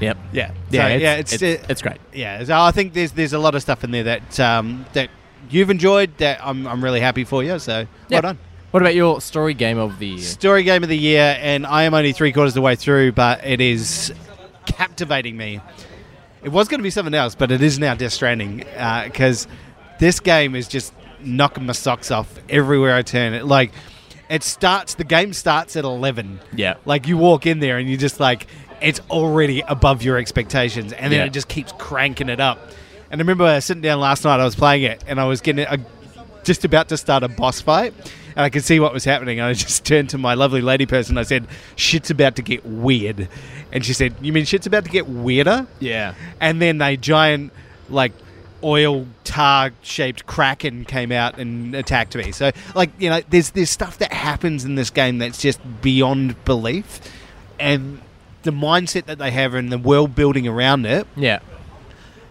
Speaker 2: Yep.
Speaker 3: Yeah,
Speaker 2: Yeah.
Speaker 3: So,
Speaker 2: it's,
Speaker 3: yeah. It's,
Speaker 2: it's,
Speaker 3: uh,
Speaker 2: it's great.
Speaker 3: yeah. So I think there's there's a lot of stuff in there that um, that you've enjoyed. That I'm I'm really happy for you. So
Speaker 2: Yeah.
Speaker 3: well done.
Speaker 2: What about your story game of the year?
Speaker 3: Story game of the year, and I am only three quarters of the way through, but it is captivating me. It was going to be something else, but it is now Death Stranding because this game is just knocking my socks off everywhere I turn. It like it starts. The game starts at eleven.
Speaker 2: Yeah.
Speaker 3: Like you walk in there and you just like it's already above your expectations, and then
Speaker 2: Yeah.
Speaker 3: it just keeps cranking it up. And I remember sitting down last night, I was playing it, and I was getting I just about to start a boss fight, and I could see what was happening. And I just turned to my lovely lady person. I said, "Shit's about to get weird," and she said, "You mean shit's about to get weirder?"
Speaker 2: Yeah.
Speaker 3: and then a giant like oil tar shaped kraken came out and attacked me so like you know there's there's stuff that happens in this game that's just beyond belief and the mindset that they have and the world building around it,
Speaker 2: Yeah.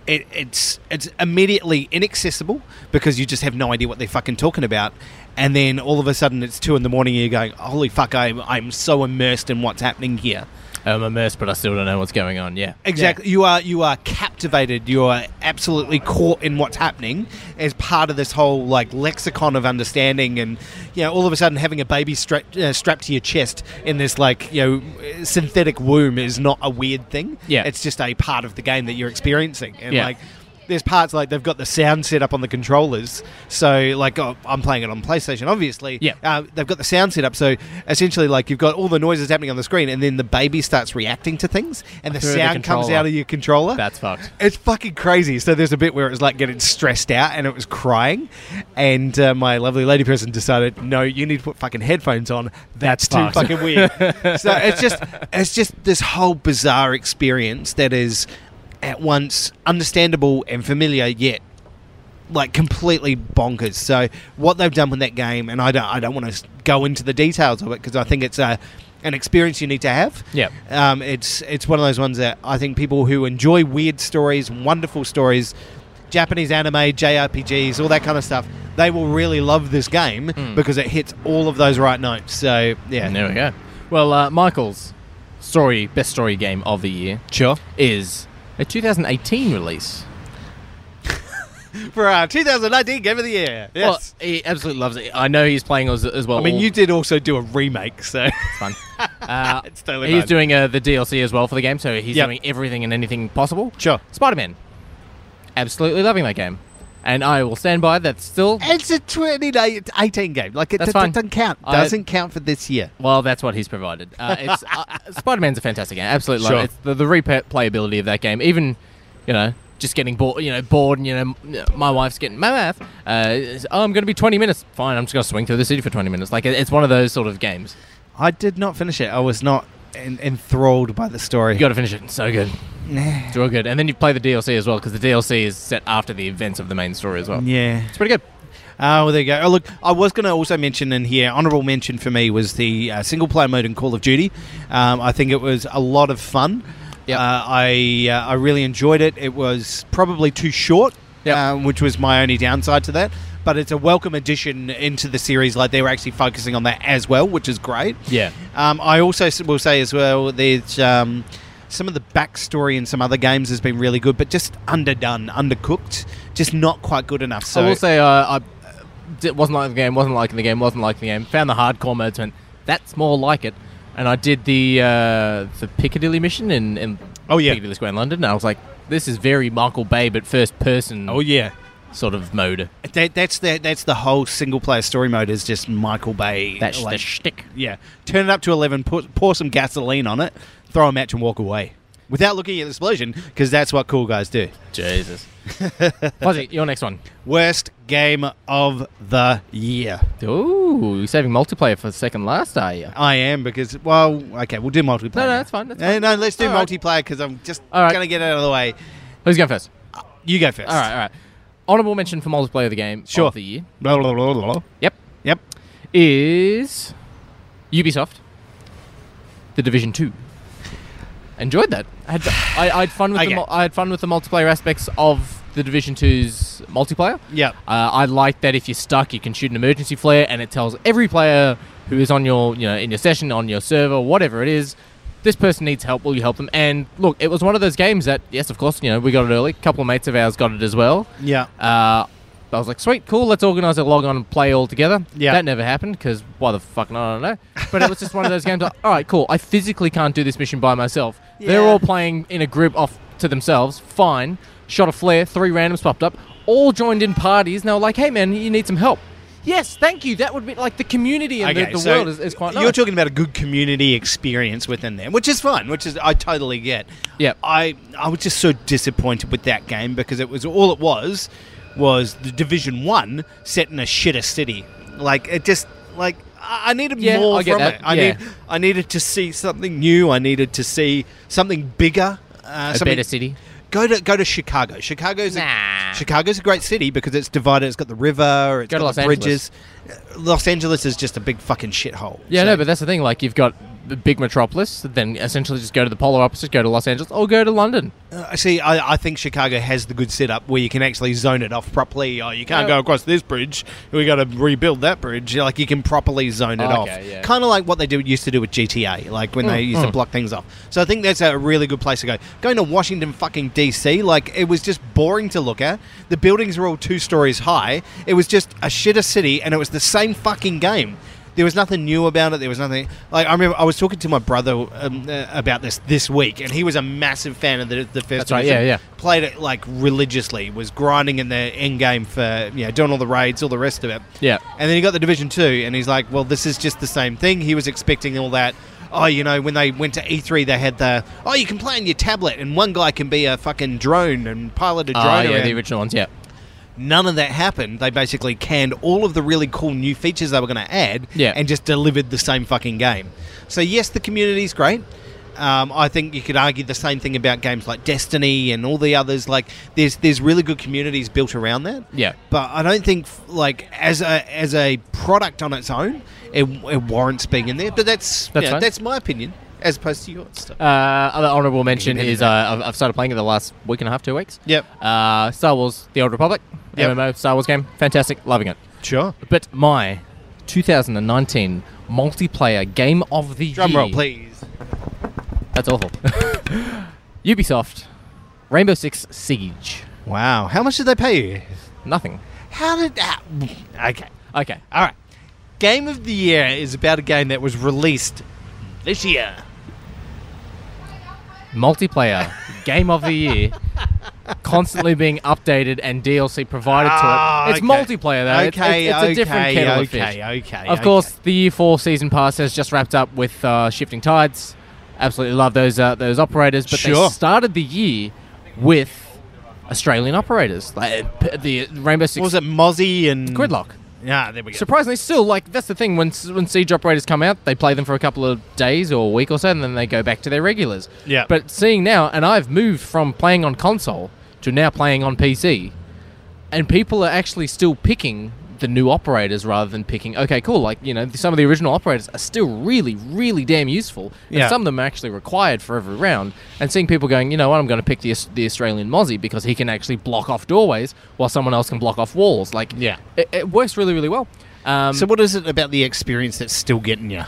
Speaker 3: it it's it's immediately inaccessible because you just have no idea what they're fucking talking about and then all of a sudden it's two in the morning and you're going holy fuck I'm, I'm so immersed in what's happening here
Speaker 2: I'm immersed, but I still don't know what's going on. Yeah.
Speaker 3: Exactly. You are you are captivated. You are absolutely caught in what's happening as part of this whole like lexicon of understanding, and you know, all of a sudden having a baby strapped uh, strapped to your chest in this like you know synthetic womb is not a weird thing.
Speaker 2: Yeah.
Speaker 3: it's just a part of the game that you're experiencing, and
Speaker 2: Yeah.
Speaker 3: like. There's parts like they've got the sound set up on the controllers, so like oh, I'm playing it on PlayStation, obviously.
Speaker 2: Yeah.
Speaker 3: Uh, they've got the sound set up, so essentially like you've got all the noises happening on the screen, and then the baby starts reacting to things, and the
Speaker 2: Through the
Speaker 3: sound comes
Speaker 2: controller.
Speaker 3: out of your controller.
Speaker 2: That's fucked.
Speaker 3: it's fucking crazy. So there's a bit where it was like getting stressed out and it was crying, and uh, my lovely lady person decided, no, you need to put fucking headphones on. That's too
Speaker 2: fucked.
Speaker 3: fucking weird. so it's just it's just this whole bizarre experience that is at once understandable and familiar, yet like completely bonkers. So what they've done with that game, and I don't, I don't want to go into the details of it because I think it's a, an experience you need to have.
Speaker 2: Yep.
Speaker 3: Um, it's it's one of those ones that I think people who enjoy weird stories, wonderful stories, Japanese anime, JRPGs, all that kind of stuff, they will really love this game because Hmm. it hits all of those right notes. So yeah,
Speaker 2: And there we go. Well, uh, Michael's story best story game of the year
Speaker 3: Sure.
Speaker 2: is a 2018 release.
Speaker 3: For our 2019 Game of the Year. Yes.
Speaker 2: Well, he absolutely loves it. I know he's playing as, as well.
Speaker 3: I mean,
Speaker 2: all-
Speaker 3: you did also do a remake, so
Speaker 2: It's fun. Uh,
Speaker 3: it's totally
Speaker 2: he's
Speaker 3: fine.
Speaker 2: doing uh, the DLC as well for the game, so he's
Speaker 3: Yep.
Speaker 2: doing everything and anything possible.
Speaker 3: Sure.
Speaker 2: Spider Man, absolutely loving that game, and I will stand by that. Still,
Speaker 3: It's a 2018 game. Like, it
Speaker 2: That's
Speaker 3: d-
Speaker 2: fine.
Speaker 3: doesn't count.
Speaker 2: I-
Speaker 3: Doesn't count for this year.
Speaker 2: well, that's what he's provided. Uh, it's uh, Spider Man's a fantastic game. Absolutely, love
Speaker 3: Sure.
Speaker 2: it. It's the, the replayability of that game, even you know. Just getting bored, you know, bored, and you know, m- my wife's getting my wife. Uh, is, oh, I'm going to be 20 minutes. Fine, I'm just going to swing through the city for 20 minutes. Like it- it's one of those sort of games.
Speaker 3: I did not finish it. I was not en- enthralled by the story.
Speaker 2: You got to finish it. It's so good. It's real good. And then you play the DLC as well because the DLC is set after the events of the main story as well.
Speaker 3: yeah.
Speaker 2: It's pretty good.
Speaker 3: Oh, well, there you go. Oh, look, I was going to also mention in here, honourable mention for me was the uh, single player mode in Call of Duty. Um, I think it was a lot of fun.
Speaker 2: Yep.
Speaker 3: Uh, I uh, I really enjoyed it. It was probably too short,
Speaker 2: Yep.
Speaker 3: um, which was my only downside to that. But it's a welcome addition into the series. Like they were actually focusing on that as well, which is great.
Speaker 2: Yeah.
Speaker 3: Um, I also s- will say as well, there's um, some of the backstory in some other games has been really good, but just underdone, undercooked, just not quite good enough. So
Speaker 2: I will say uh, I uh, di- wasn't liking the game, wasn't liking the game, wasn't liking the game. Found the hardcore modes and that's more like it. And I did the uh, the Piccadilly mission in, in
Speaker 3: Oh, yeah.
Speaker 2: Piccadilly Square in London, and I was like, this is very Michael Bay but first person
Speaker 3: oh yeah,
Speaker 2: sort of mode.
Speaker 3: That, that's the that's the whole single player story mode is just Michael Bay.
Speaker 2: That's the
Speaker 3: like-
Speaker 2: shtick.
Speaker 3: yeah. Turn it up to eleven. Put, pour some gasoline on it. Throw a match and walk away without looking at the explosion because that's what cool guys do.
Speaker 2: Jesus. Fuzzy, your next one.
Speaker 3: Worst game of the year.
Speaker 2: Ooh, you're saving multiplayer for second last, are you?
Speaker 3: I am because well, okay, we'll do multiplayer.
Speaker 2: No, no,
Speaker 3: now.
Speaker 2: that's fine, that's
Speaker 3: no,
Speaker 2: fine.
Speaker 3: no, let's do
Speaker 2: All right.
Speaker 3: multiplayer multiplayer because I'm just
Speaker 2: All right.
Speaker 3: gonna get out of the way.
Speaker 2: Who's going first?
Speaker 3: You go first.
Speaker 2: All right, all right. Honorable mention for multiplayer of the game
Speaker 3: Sure.
Speaker 2: of the year.
Speaker 3: Blah, blah, blah, blah, blah.
Speaker 2: Yep.
Speaker 3: Yep.
Speaker 2: Is Ubisoft The Division 2. Enjoyed that. I had, I, I had fun with
Speaker 3: Okay.
Speaker 2: the mul- I had fun with the multiplayer aspects of The Division 2's multiplayer.
Speaker 3: Yep.
Speaker 2: Uh, I like that if you're stuck, you can shoot an emergency flare, and it tells every player who is on your, you know, in your session, on your server, whatever it is, this person needs help. Will you help them? And look, it was one of those games that, yes, of course, you know, we got it early. A couple of mates of ours got it as well.
Speaker 3: Yeah.
Speaker 2: Uh, I was like, sweet, cool, let's organise a log on and play all together.
Speaker 3: Yeah.
Speaker 2: That never happened because why the fuck not? I don't know. But it was just one of those games. Like, all right, cool. I physically can't do this mission by myself. They're
Speaker 3: Yeah.
Speaker 2: all playing in a group off to themselves. Fine. Shot a flare. Three randoms popped up. All joined in parties. And they were like, hey man, you need some help. Yes, thank you. That would be like the community and the, the
Speaker 3: so
Speaker 2: world is, is quite
Speaker 3: You're
Speaker 2: nice.
Speaker 3: talking about a good community experience within there, which is fun, which is I totally get.
Speaker 2: Yep.
Speaker 3: I I was just so disappointed with that game because it was all it was was the Division One set in a shitter city. Like it just like I I needed
Speaker 2: Yeah,
Speaker 3: more
Speaker 2: I get
Speaker 3: from
Speaker 2: that.
Speaker 3: it. I
Speaker 2: Yeah.
Speaker 3: need I needed to see something new. I needed to see something bigger. Uh,
Speaker 2: a
Speaker 3: something-
Speaker 2: better city.
Speaker 3: Go to go to Chicago. Chicago's
Speaker 2: Nah.
Speaker 3: a, Chicago's a great city because it's divided. It's got the river. It's
Speaker 2: Go to
Speaker 3: got
Speaker 2: Los
Speaker 3: the
Speaker 2: Angeles.
Speaker 3: bridges. Los Angeles is just a big fucking shithole.
Speaker 2: Yeah,
Speaker 3: So-
Speaker 2: no, but that's the thing. Like, you've got the big metropolis, then essentially just go to the polar opposite, go to Los Angeles, or go to London.
Speaker 3: Uh, See, I, I think Chicago has the good setup where you can actually zone it off properly. Oh, you can't
Speaker 2: Yeah.
Speaker 3: go across this bridge. We got to rebuild that bridge. Like you can properly zone it
Speaker 2: Oh, Okay,
Speaker 3: off,
Speaker 2: yeah.
Speaker 3: kind of like what they do used to do with GTA, like when they
Speaker 2: Mm,
Speaker 3: used to block things off. So I think that's a really good place to go. Going to Washington fucking DC, like it was just boring to look at. The buildings were all two stories high. It was just a shitter city, and it was the same fucking game. There was nothing new about it. There was nothing like I remember. I was talking to my brother um, uh, about this this week, and he was a massive fan of the, the first.
Speaker 2: That's right,
Speaker 3: Division.
Speaker 2: yeah, yeah.
Speaker 3: Played it like religiously. Was grinding in the end game for you know doing all the raids, all the rest of it.
Speaker 2: Yeah.
Speaker 3: And then he got the Division Two, and he's like, "Well, this is just the same thing." He was expecting all that. Oh, you know, when they went to E3, they had the oh, you can play on your tablet, and one guy can be a fucking drone and pilot a drone.
Speaker 2: Ah, yeah,
Speaker 3: around."
Speaker 2: the original ones, yeah.
Speaker 3: None of that happened. They basically canned all of the really cool new features they were going to add,
Speaker 2: Yeah.
Speaker 3: and just delivered the same fucking game. So yes, the community's great. Um, I think you could argue the same thing about games like Destiny and all the others. Like there's there's really good communities built around that
Speaker 2: Yeah.
Speaker 3: but I don't think like as a as a product on its own, it, it warrants being in there. But that's
Speaker 2: That's
Speaker 3: yeah,
Speaker 2: fine.
Speaker 3: that's my opinion as opposed to yours. So.
Speaker 2: Uh, other honourable mention
Speaker 3: Independent
Speaker 2: is uh, I've, I've started playing it the last week and a half, two weeks.
Speaker 3: Yep.
Speaker 2: Uh, Star Wars: The Old Republic,
Speaker 3: Yep.
Speaker 2: MMO Star Wars game, fantastic, loving it.
Speaker 3: Sure.
Speaker 2: But my 2019 multiplayer game of the
Speaker 3: Drum
Speaker 2: year
Speaker 3: roll, please.
Speaker 2: That's awful. Ubisoft, Rainbow Six Siege.
Speaker 4: Wow. How much did they pay you?
Speaker 2: Nothing.
Speaker 4: How did that? Okay.
Speaker 2: Okay.
Speaker 4: All right. Game of the Year is about a game that was released this year.
Speaker 2: Multiplayer game of the year, constantly being updated and DLC provided
Speaker 4: Ah,
Speaker 2: to it. It's
Speaker 4: okay.
Speaker 2: multiplayer though. It's-
Speaker 4: Okay,
Speaker 2: it's, it's, a different
Speaker 4: okay,
Speaker 2: kettle of
Speaker 4: okay,
Speaker 2: fish.
Speaker 4: okay,
Speaker 2: Of
Speaker 4: okay.
Speaker 2: course, the year four season pass has just wrapped up with uh, Shifting Tides. Absolutely love those uh, those operators, but
Speaker 4: Sure.
Speaker 2: they started the year with Australian operators. Like uh, p- the Rainbow Six
Speaker 3: What was it Mozzie and
Speaker 2: Gridlock.
Speaker 4: Yeah, Ah, there we go.
Speaker 2: Surprisingly, still like that's the thing. When s- when siege operators come out, they play them for a couple of days or a week or so, and then they go back to their regulars.
Speaker 4: Yeah.
Speaker 2: But seeing now, and I've moved from playing on console to now playing on PC, and people are actually still picking the new operators rather than picking. Okay, cool. Like you know, some of the original operators are still really, really damn useful, and
Speaker 4: Yeah.
Speaker 2: some of them are actually required for every round. And seeing people going, you know what, I'm going to pick the Aus- the Australian Mozzie because he can actually block off doorways while someone else can block off walls. Like
Speaker 4: Yeah.
Speaker 2: it, it works really, really well. Um,
Speaker 4: So, what is it about the experience that's still getting you?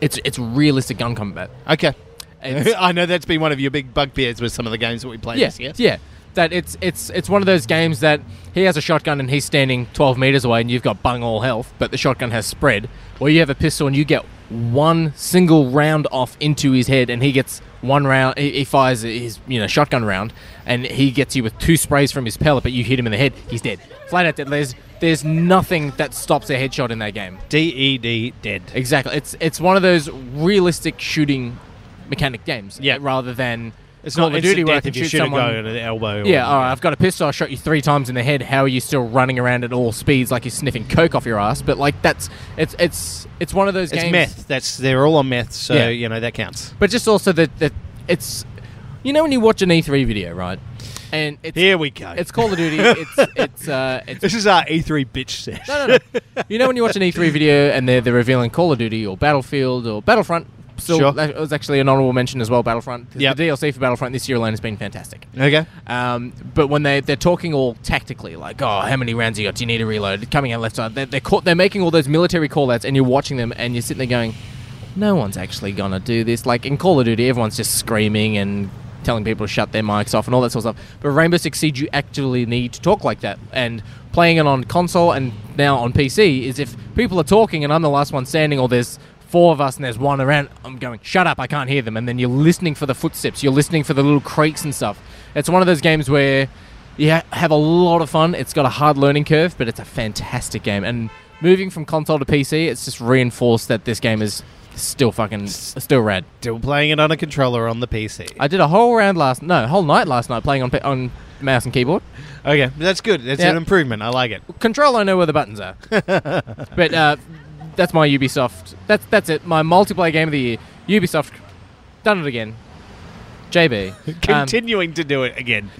Speaker 2: it's it's realistic gun combat.
Speaker 3: Okay.
Speaker 2: It's-
Speaker 3: I know that's been one of your big bugbears with some of the games that we played
Speaker 2: yeah,
Speaker 3: this year.
Speaker 2: yeah. That it's it's it's one of those games that he has a shotgun and he's standing twelve meters away and you've got bung all health, but the shotgun has spread. Or you have a pistol and you get one single round off into his head and he gets one round. He, he fires his you know shotgun round and he gets you with two sprays from his pellet, but you hit him in the head, he's dead, flat out dead. There's there's nothing that stops a headshot in that game.
Speaker 4: D E D dead.
Speaker 2: Exactly. It's it's one of those realistic shooting mechanic games.
Speaker 4: Yeah.
Speaker 2: Rather than
Speaker 4: It's
Speaker 2: Call
Speaker 4: not
Speaker 2: of
Speaker 4: instant
Speaker 2: Duty where I
Speaker 4: death
Speaker 2: can
Speaker 4: if you
Speaker 2: shoot
Speaker 4: shoot a guy
Speaker 2: someone.
Speaker 4: at an elbow. or-
Speaker 2: Yeah, all right, I've got a pistol. I shot you three times in the head. How are you still running around at all speeds like you're sniffing coke off your ass? But like that's it's it's it's one of those
Speaker 3: It's
Speaker 2: games.
Speaker 3: meth. That's they're all on meth, so
Speaker 2: Yeah.
Speaker 3: you know that counts.
Speaker 2: But just also that that it's you know when you watch an E3 video, right? And it's
Speaker 4: Here we go.
Speaker 2: it's Call of Duty. it's it's uh it's
Speaker 4: this is our E3 bitch set.
Speaker 2: No, no, no. you know when you watch an E3 video and they're, they're revealing Call of Duty or Battlefield or Battlefront. Still,
Speaker 3: Sure.
Speaker 2: that was actually an honorable mention as well. Battlefront.
Speaker 3: Yep.
Speaker 2: The DLC for Battlefront this year alone has been fantastic.
Speaker 3: Okay.
Speaker 2: Um, but when they they're talking all tactically, like, oh, how many rounds you got? Do you need to reload? Coming out left side. They're they're, caught, they're making all those military callouts, and you're watching them, and you're sitting there going, no one's actually gonna do this. Like in Call of Duty, everyone's just screaming and telling people to shut their mics off and all that sort of stuff. But Rainbow Six Siege, you actually need to talk like that. And playing it on console and now on PC is if people are talking and I'm the last one standing, or there's four of us and there's one around, I'm going, shut up, I can't hear them. And then you're listening for the footsteps, you're listening for the little creaks and stuff. It's one of those games where you ha- have a lot of fun. It's got a hard learning curve, but it's a fantastic game. And moving from console to PC, it's just reinforced that this game is still fucking still rad.
Speaker 3: Still playing it on a controller on the PC.
Speaker 2: I did a whole round last no, whole night last night playing on pa- on mouse and keyboard.
Speaker 3: okay, that's good. That's
Speaker 2: Yeah. Um,
Speaker 3: an improvement. I like it.
Speaker 2: Control, I know where the buttons are. but uh, that's my Ubisoft. That's that's it. My multiplayer game of the year. Ubisoft, done it again. JB. Um,
Speaker 4: Continuing to do it again.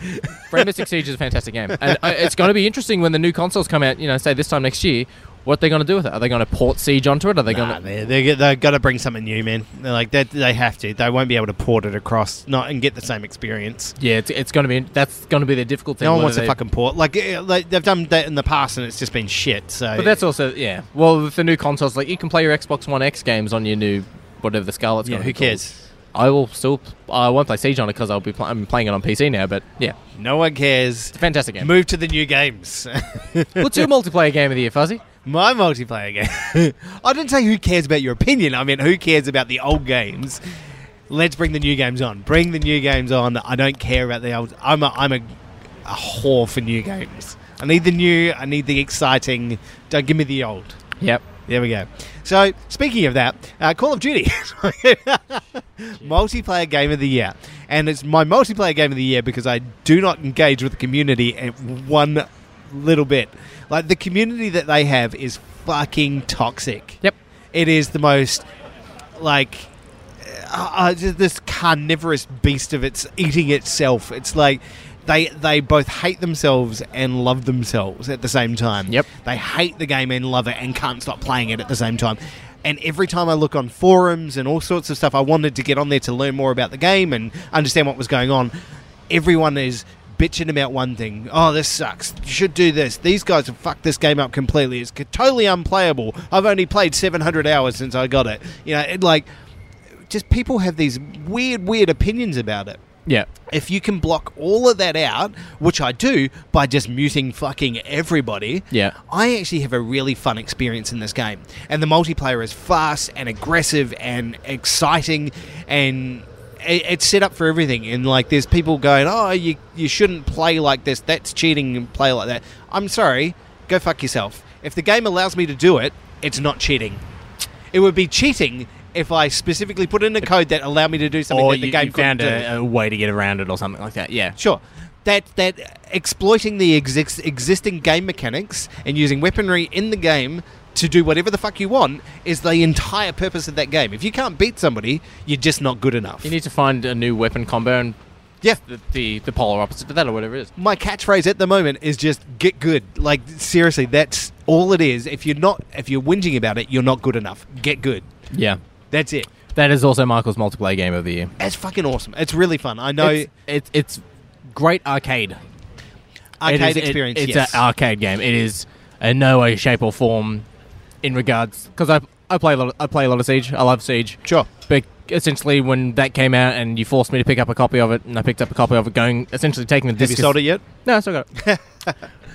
Speaker 2: Rainbow Six Siege is a fantastic game, and uh, it's going to be interesting when the new consoles come out. You know, say this time next year, what they're going to do with it? Are they going to port Siege onto it? Are they
Speaker 3: Nah,
Speaker 2: going to?
Speaker 3: Ah, they they they got to bring something new, man. They're like they they have to. They won't be able to port it across not and get the same experience.
Speaker 2: Yeah, it's, it's going to be. That's going to be the difficult thing.
Speaker 3: No one
Speaker 2: whether
Speaker 3: wants to
Speaker 2: they-
Speaker 3: fucking port. Like, eh, like they've done that in the past, and it's just been shit. So,
Speaker 2: But that's also yeah. Well, with the new consoles, like you can play your Xbox One X games on your new whatever the Scarlet's
Speaker 3: yeah,
Speaker 2: gonna
Speaker 3: who
Speaker 2: be called.
Speaker 3: cares?
Speaker 2: I will still. I won't play Siege on it because I'll be. Pl- I'm playing it on PC now. But yeah,
Speaker 3: No one cares.
Speaker 2: it's a fantastic game.
Speaker 3: Move to the new games.
Speaker 2: What's your multiplayer game of the year, Fuzzy?
Speaker 3: My multiplayer game. I didn't say who cares about your opinion. I meant who cares about the old games. Let's bring the new games on. Bring the new games on. I don't care about the old. I'm a, I'm a, a whore for new games. I need the new. I need the exciting. Don't give me the old.
Speaker 2: Yep.
Speaker 3: There we go. So speaking of that, uh, Call of Duty, multiplayer game of the year, and it's my multiplayer game of the year because I do not engage with the community at one little bit. Like the community that they have is fucking toxic.
Speaker 2: Yep.
Speaker 3: It is the most like uh, uh, just this carnivorous beast of its eating itself. It's like they they both hate themselves and love themselves at the same time.
Speaker 2: Yep.
Speaker 3: They hate the game and love it and can't stop playing it at the same time. And every time I look on forums and all sorts of stuff, I wanted to get on there to learn more about the game and understand what was going on. Everyone is bitching about one thing. Oh, this sucks. You should do this. These guys have fucked this game up completely. It's totally unplayable. I've only played 700 hours since I got it. You know, it like just people have these weird, weird opinions about it.
Speaker 2: Yeah.
Speaker 3: If you can block all of that out, which I do by just muting fucking everybody,
Speaker 2: Yeah.
Speaker 3: I actually have a really fun experience in this game. And the multiplayer is fast and aggressive and exciting and i- it's set up for everything and like there's people going oh you you shouldn't play like this that's cheating and play like that i'm sorry go fuck yourself if the game allows me to do it it's not cheating it would be cheating if i specifically put in a code that allowed me to do something
Speaker 2: or
Speaker 3: that the
Speaker 2: you,
Speaker 3: game
Speaker 2: you found
Speaker 3: couldn't do.
Speaker 2: a, a way to get around it or something like that. Yeah.
Speaker 3: Sure. That that exploiting the exis- existing game mechanics and using weaponry in the game to do whatever the fuck you want is the entire purpose of that game. If you can't beat somebody, you're just not good enough.
Speaker 2: You need to find a new weapon combo and
Speaker 3: yeah.
Speaker 2: the, the, the polar opposite to that or whatever it is.
Speaker 3: My catchphrase at the moment is just get good. Like seriously, that's all it is. If you're not if you're whinging about it, you're not good enough. Get good.
Speaker 2: Yeah.
Speaker 3: That's it.
Speaker 2: That is also Michael's multiplayer game of the year.
Speaker 3: That's fucking awesome. It's really fun. I know
Speaker 2: it's, it's, it's great arcade. It
Speaker 3: arcade
Speaker 2: is- it-
Speaker 3: experience.
Speaker 2: it's
Speaker 3: yes.
Speaker 2: an arcade game. It is in no way, shape, or form in regards because I I play a lot. Of, I play a lot of Siege. I love Siege.
Speaker 3: Sure.
Speaker 2: But essentially, when that came out, and you forced me to pick up a copy of it, and I picked up a copy of it, going essentially taking the
Speaker 3: Have you
Speaker 2: disc.
Speaker 3: sold it yet?
Speaker 2: No, I still got it.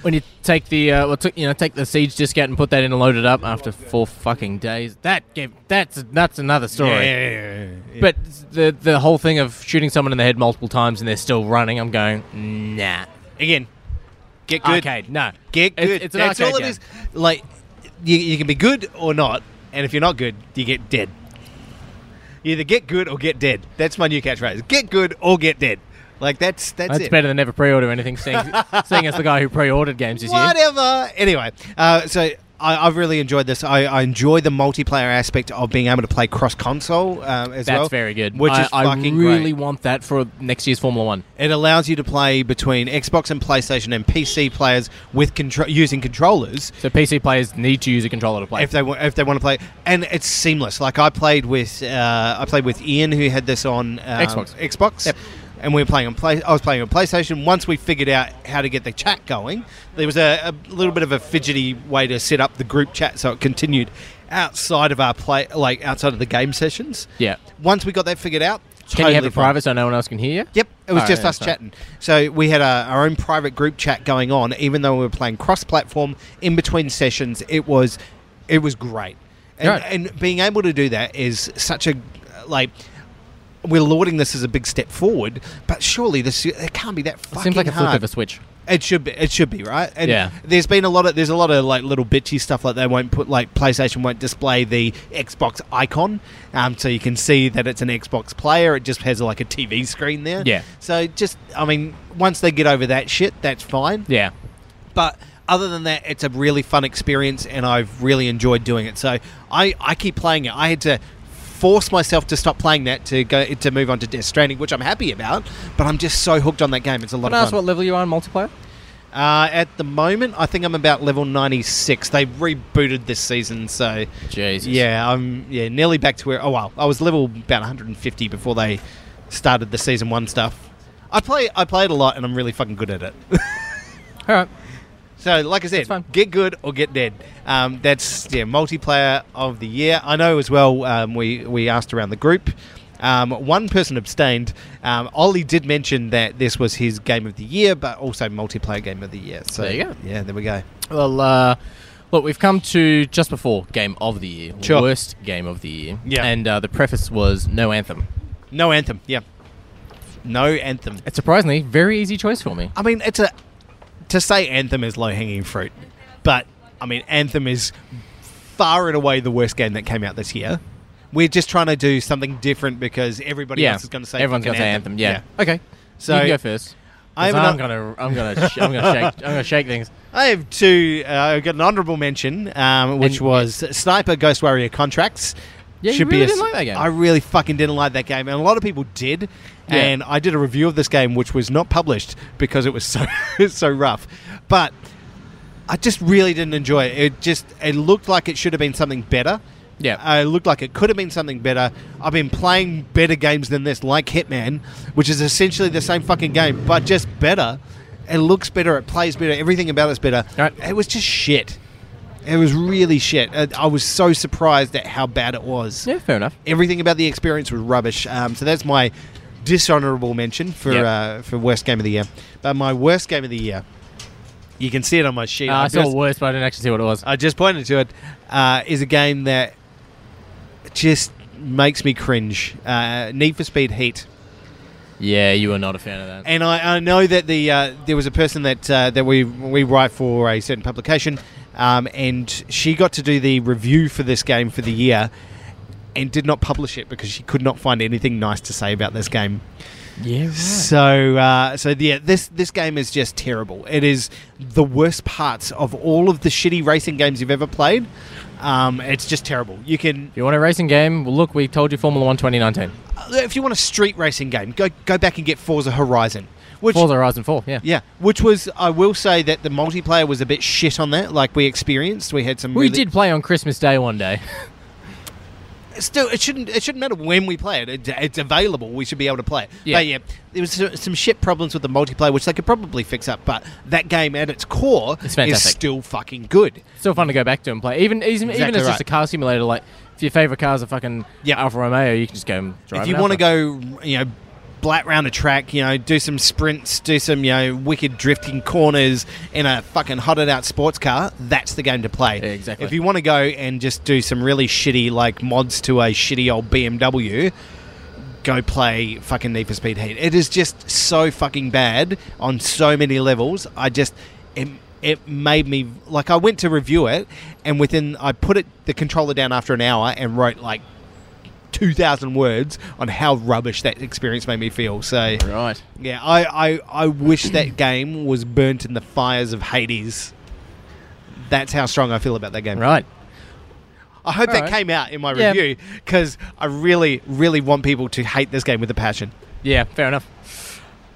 Speaker 2: when you take the uh, well, took you know take the Siege disc out and put that in and load it up after four fucking days. That game. That's that's another story. But the the whole thing of shooting someone in the head multiple times and they're still running, I'm going nah.
Speaker 3: Again, get good.
Speaker 2: Arcade, no.
Speaker 3: Get
Speaker 2: It's-
Speaker 3: good.
Speaker 2: it's an
Speaker 3: That's
Speaker 2: arcade
Speaker 3: all it
Speaker 2: game.
Speaker 3: is. Like, you, you can be good or not, and if you're not good, you get dead. You either get good or get dead. That's my new catchphrase. Get good or get dead. Like that's that's,
Speaker 2: That's
Speaker 3: it.
Speaker 2: better than never pre-order anything. Seeing, seeing as the guy who pre-ordered games this year.
Speaker 3: Whatever. Anyway, uh, so I, I've really enjoyed this. I, I enjoy the multiplayer aspect of being able to play cross console um, as
Speaker 2: That's
Speaker 3: well.
Speaker 2: very good.
Speaker 3: Which
Speaker 2: I,
Speaker 3: is
Speaker 2: I
Speaker 3: fucking
Speaker 2: really
Speaker 3: great.
Speaker 2: want that for next year's Formula One.
Speaker 3: It allows you to play between Xbox and PlayStation and PC players with contro- using controllers.
Speaker 2: So PC players need to use a controller to play.
Speaker 3: if they wa- if they want to play, and it's seamless. Like I played with uh, I played with Ian who had this on um,
Speaker 2: Xbox.
Speaker 3: Xbox.
Speaker 2: Yep.
Speaker 3: And we were playing on play. I was playing on PlayStation. Once we figured out how to get the chat going, there was a, a little bit of a fidgety way to set up the group chat, so it continued outside of our play, like outside of the game sessions.
Speaker 2: Yeah.
Speaker 3: Once we got that figured out,
Speaker 2: can you have
Speaker 3: totally
Speaker 2: it
Speaker 3: fine.
Speaker 2: private so no one else can hear you?
Speaker 3: Yep, it was
Speaker 2: Alright,
Speaker 3: just
Speaker 2: Oh, yeah,
Speaker 3: us
Speaker 2: so-
Speaker 3: chatting. So we had a, our own private group chat going on, even though we were playing cross-platform in between sessions. It was, it was great, and,
Speaker 2: Right.
Speaker 3: and being able to do that is such a like. We're lauding this as a big step forward, but surely this it can't be that fucking
Speaker 2: Seems like a flip
Speaker 3: hard.
Speaker 2: of a switch.
Speaker 3: It should be. It should be right. And
Speaker 2: Yeah.
Speaker 3: There's been a lot of there's a lot of like little bitchy stuff like they won't put like PlayStation won't display the Xbox icon, um, so you can see that it's an Xbox player. It just has like a TV screen there.
Speaker 2: Yeah.
Speaker 3: So just I mean, once they get over that shit, that's fine.
Speaker 2: Yeah.
Speaker 3: But other than that, it's a really fun experience, and I've really enjoyed doing it. So I, I keep playing it. I had to force myself to stop playing that to go to move on to Death Stranding, which I'm happy about. But I'm just so hooked on that game. It's a lot
Speaker 2: Can I
Speaker 3: of
Speaker 2: ask
Speaker 3: fun.
Speaker 2: what level you are in multiplayer?
Speaker 3: Uh, at the moment, I think I'm about level 96. They rebooted this season, so
Speaker 2: Jesus.
Speaker 3: yeah, I'm yeah nearly back to where. Oh wow, I was level about 150 before they started the season one stuff. I play I play it a lot, and I'm really fucking good at it.
Speaker 2: All right.
Speaker 3: so like I
Speaker 2: fine.
Speaker 3: said, get good or get dead. Um, that's yeah multiplayer of the year. I know as well. Um, we we asked around the group. Um, one person abstained. Um, Ollie did mention that this was his game of the year, but also multiplayer game of the year. So
Speaker 2: There you go.
Speaker 3: yeah, there we go.
Speaker 2: Well, uh, look, we've come to just before game of the year,
Speaker 3: Sure.
Speaker 2: worst game of the year,
Speaker 3: Yeah.
Speaker 2: and uh, the preface was no anthem.
Speaker 3: No anthem. Yeah. No anthem.
Speaker 2: It's surprisingly very easy choice for me.
Speaker 3: I mean, it's a to say anthem is low hanging fruit, but I mean, anthem is far and away the worst game that came out this year. We're just trying to do something different because everybody
Speaker 2: yeah,
Speaker 3: else is going to say
Speaker 2: everyone's
Speaker 3: fucking
Speaker 2: gonna say anthem. Yeah. Okay. So
Speaker 3: So-
Speaker 2: you can go first. 'Cause
Speaker 3: I have an
Speaker 2: I'm
Speaker 3: o-
Speaker 2: gonna, I'm gonna, sh- I'm gonna shake, I'm gonna shake things.
Speaker 3: I have two. Uh, I've got an honourable mention, um, which
Speaker 2: And-
Speaker 3: was Sniper Ghost Warrior Contracts.
Speaker 2: Yeah, you really didn't like that game.
Speaker 3: I really fucking didn't like that game, and a lot of people did.
Speaker 2: Yeah.
Speaker 3: And I did a review of this game, which was not published because it was so so rough. But I just really didn't enjoy it. It just it looked like it should have been something better.
Speaker 2: Yeah.
Speaker 3: Uh, it looked like it could have been something better. I've been playing better games than this, like Hitman, which is essentially the same fucking game, but just better. It looks better. It plays better. Everything about it's better.
Speaker 2: Right.
Speaker 3: It was just shit. It It was really shit. Uh, I was so surprised at how bad it was.
Speaker 2: Yeah, fair enough.
Speaker 3: Everything about the experience was rubbish. Um, so that's my dishonorable mention for
Speaker 2: Yep.
Speaker 3: uh, for worst game of the year. But my worst game of the year, you can see it on my sheet.
Speaker 2: Uh, I
Speaker 3: I
Speaker 2: saw
Speaker 3: just-
Speaker 2: worse, but I didn't actually see what it was.
Speaker 3: I just pointed to it. Uh, is a game that just makes me cringe. Uh, Need for Speed Heat.
Speaker 2: Yeah, you were not a fan of that.
Speaker 3: And I, I know that the uh, there was a person that uh, that we we write for a certain publication, um, and she got to do the review for this game for the year, and did not publish it because she could not find anything nice to say about this game.
Speaker 2: yeah, right.
Speaker 3: So, uh, so yeah, this this game is just terrible. It is the worst parts of all of the shitty racing games you've ever played. Um, it's just terrible. You can, uh,
Speaker 2: If you want a racing game, well, look, we told you Formula One 2019.
Speaker 3: if you want a street racing game, go go back and get Forza Horizon, which
Speaker 2: Forza Horizon 4, yeah.
Speaker 3: yeah, which was I will say that the multiplayer was a bit shit on that. Like we experienced, we had some.
Speaker 2: We
Speaker 3: really-
Speaker 2: did play on Christmas Day one day.
Speaker 3: Still, it shouldn't it shouldn't matter when we play it. it it's available. We should be able to play it.
Speaker 2: Yeah.
Speaker 3: But yeah, there was so- some shit problems with the multiplayer, which they could probably fix up. But that game at its core
Speaker 2: It's
Speaker 3: is
Speaker 2: fantastic.
Speaker 3: still fucking good.
Speaker 2: Still fun to go back to and play. Even even, even
Speaker 3: Exactly
Speaker 2: as just
Speaker 3: right.
Speaker 2: a car simulator, like if your favorite cars are fucking
Speaker 3: Yeah.
Speaker 2: Alfa Romeo, you can just go and drive.
Speaker 3: if you
Speaker 2: an
Speaker 3: want to
Speaker 2: Alfa.
Speaker 3: go, you know, blat round a track, you know, do some sprints, do some you know wicked drifting corners in a fucking hotted out sports car, that's the game to play.
Speaker 2: Yeah, exactly.
Speaker 3: If you want to go and just do some really shitty like mods to a shitty old BMW. Go play fucking Need for Speed Heat. It is just so fucking bad on so many levels. I just it, it made me like I went to review it, and within I put it the controller down after an hour and wrote like 2,000 words on how rubbish that experience made me feel. So,
Speaker 2: Right.
Speaker 3: yeah, I, I, I wish that game was burnt in the fires of Hades. That's how strong I feel about that game.
Speaker 2: Right.
Speaker 3: I hope that
Speaker 2: Alright.
Speaker 3: came out in my
Speaker 2: Yeah.
Speaker 3: review because I really, really want people to hate this game with a passion.
Speaker 2: Yeah, fair enough.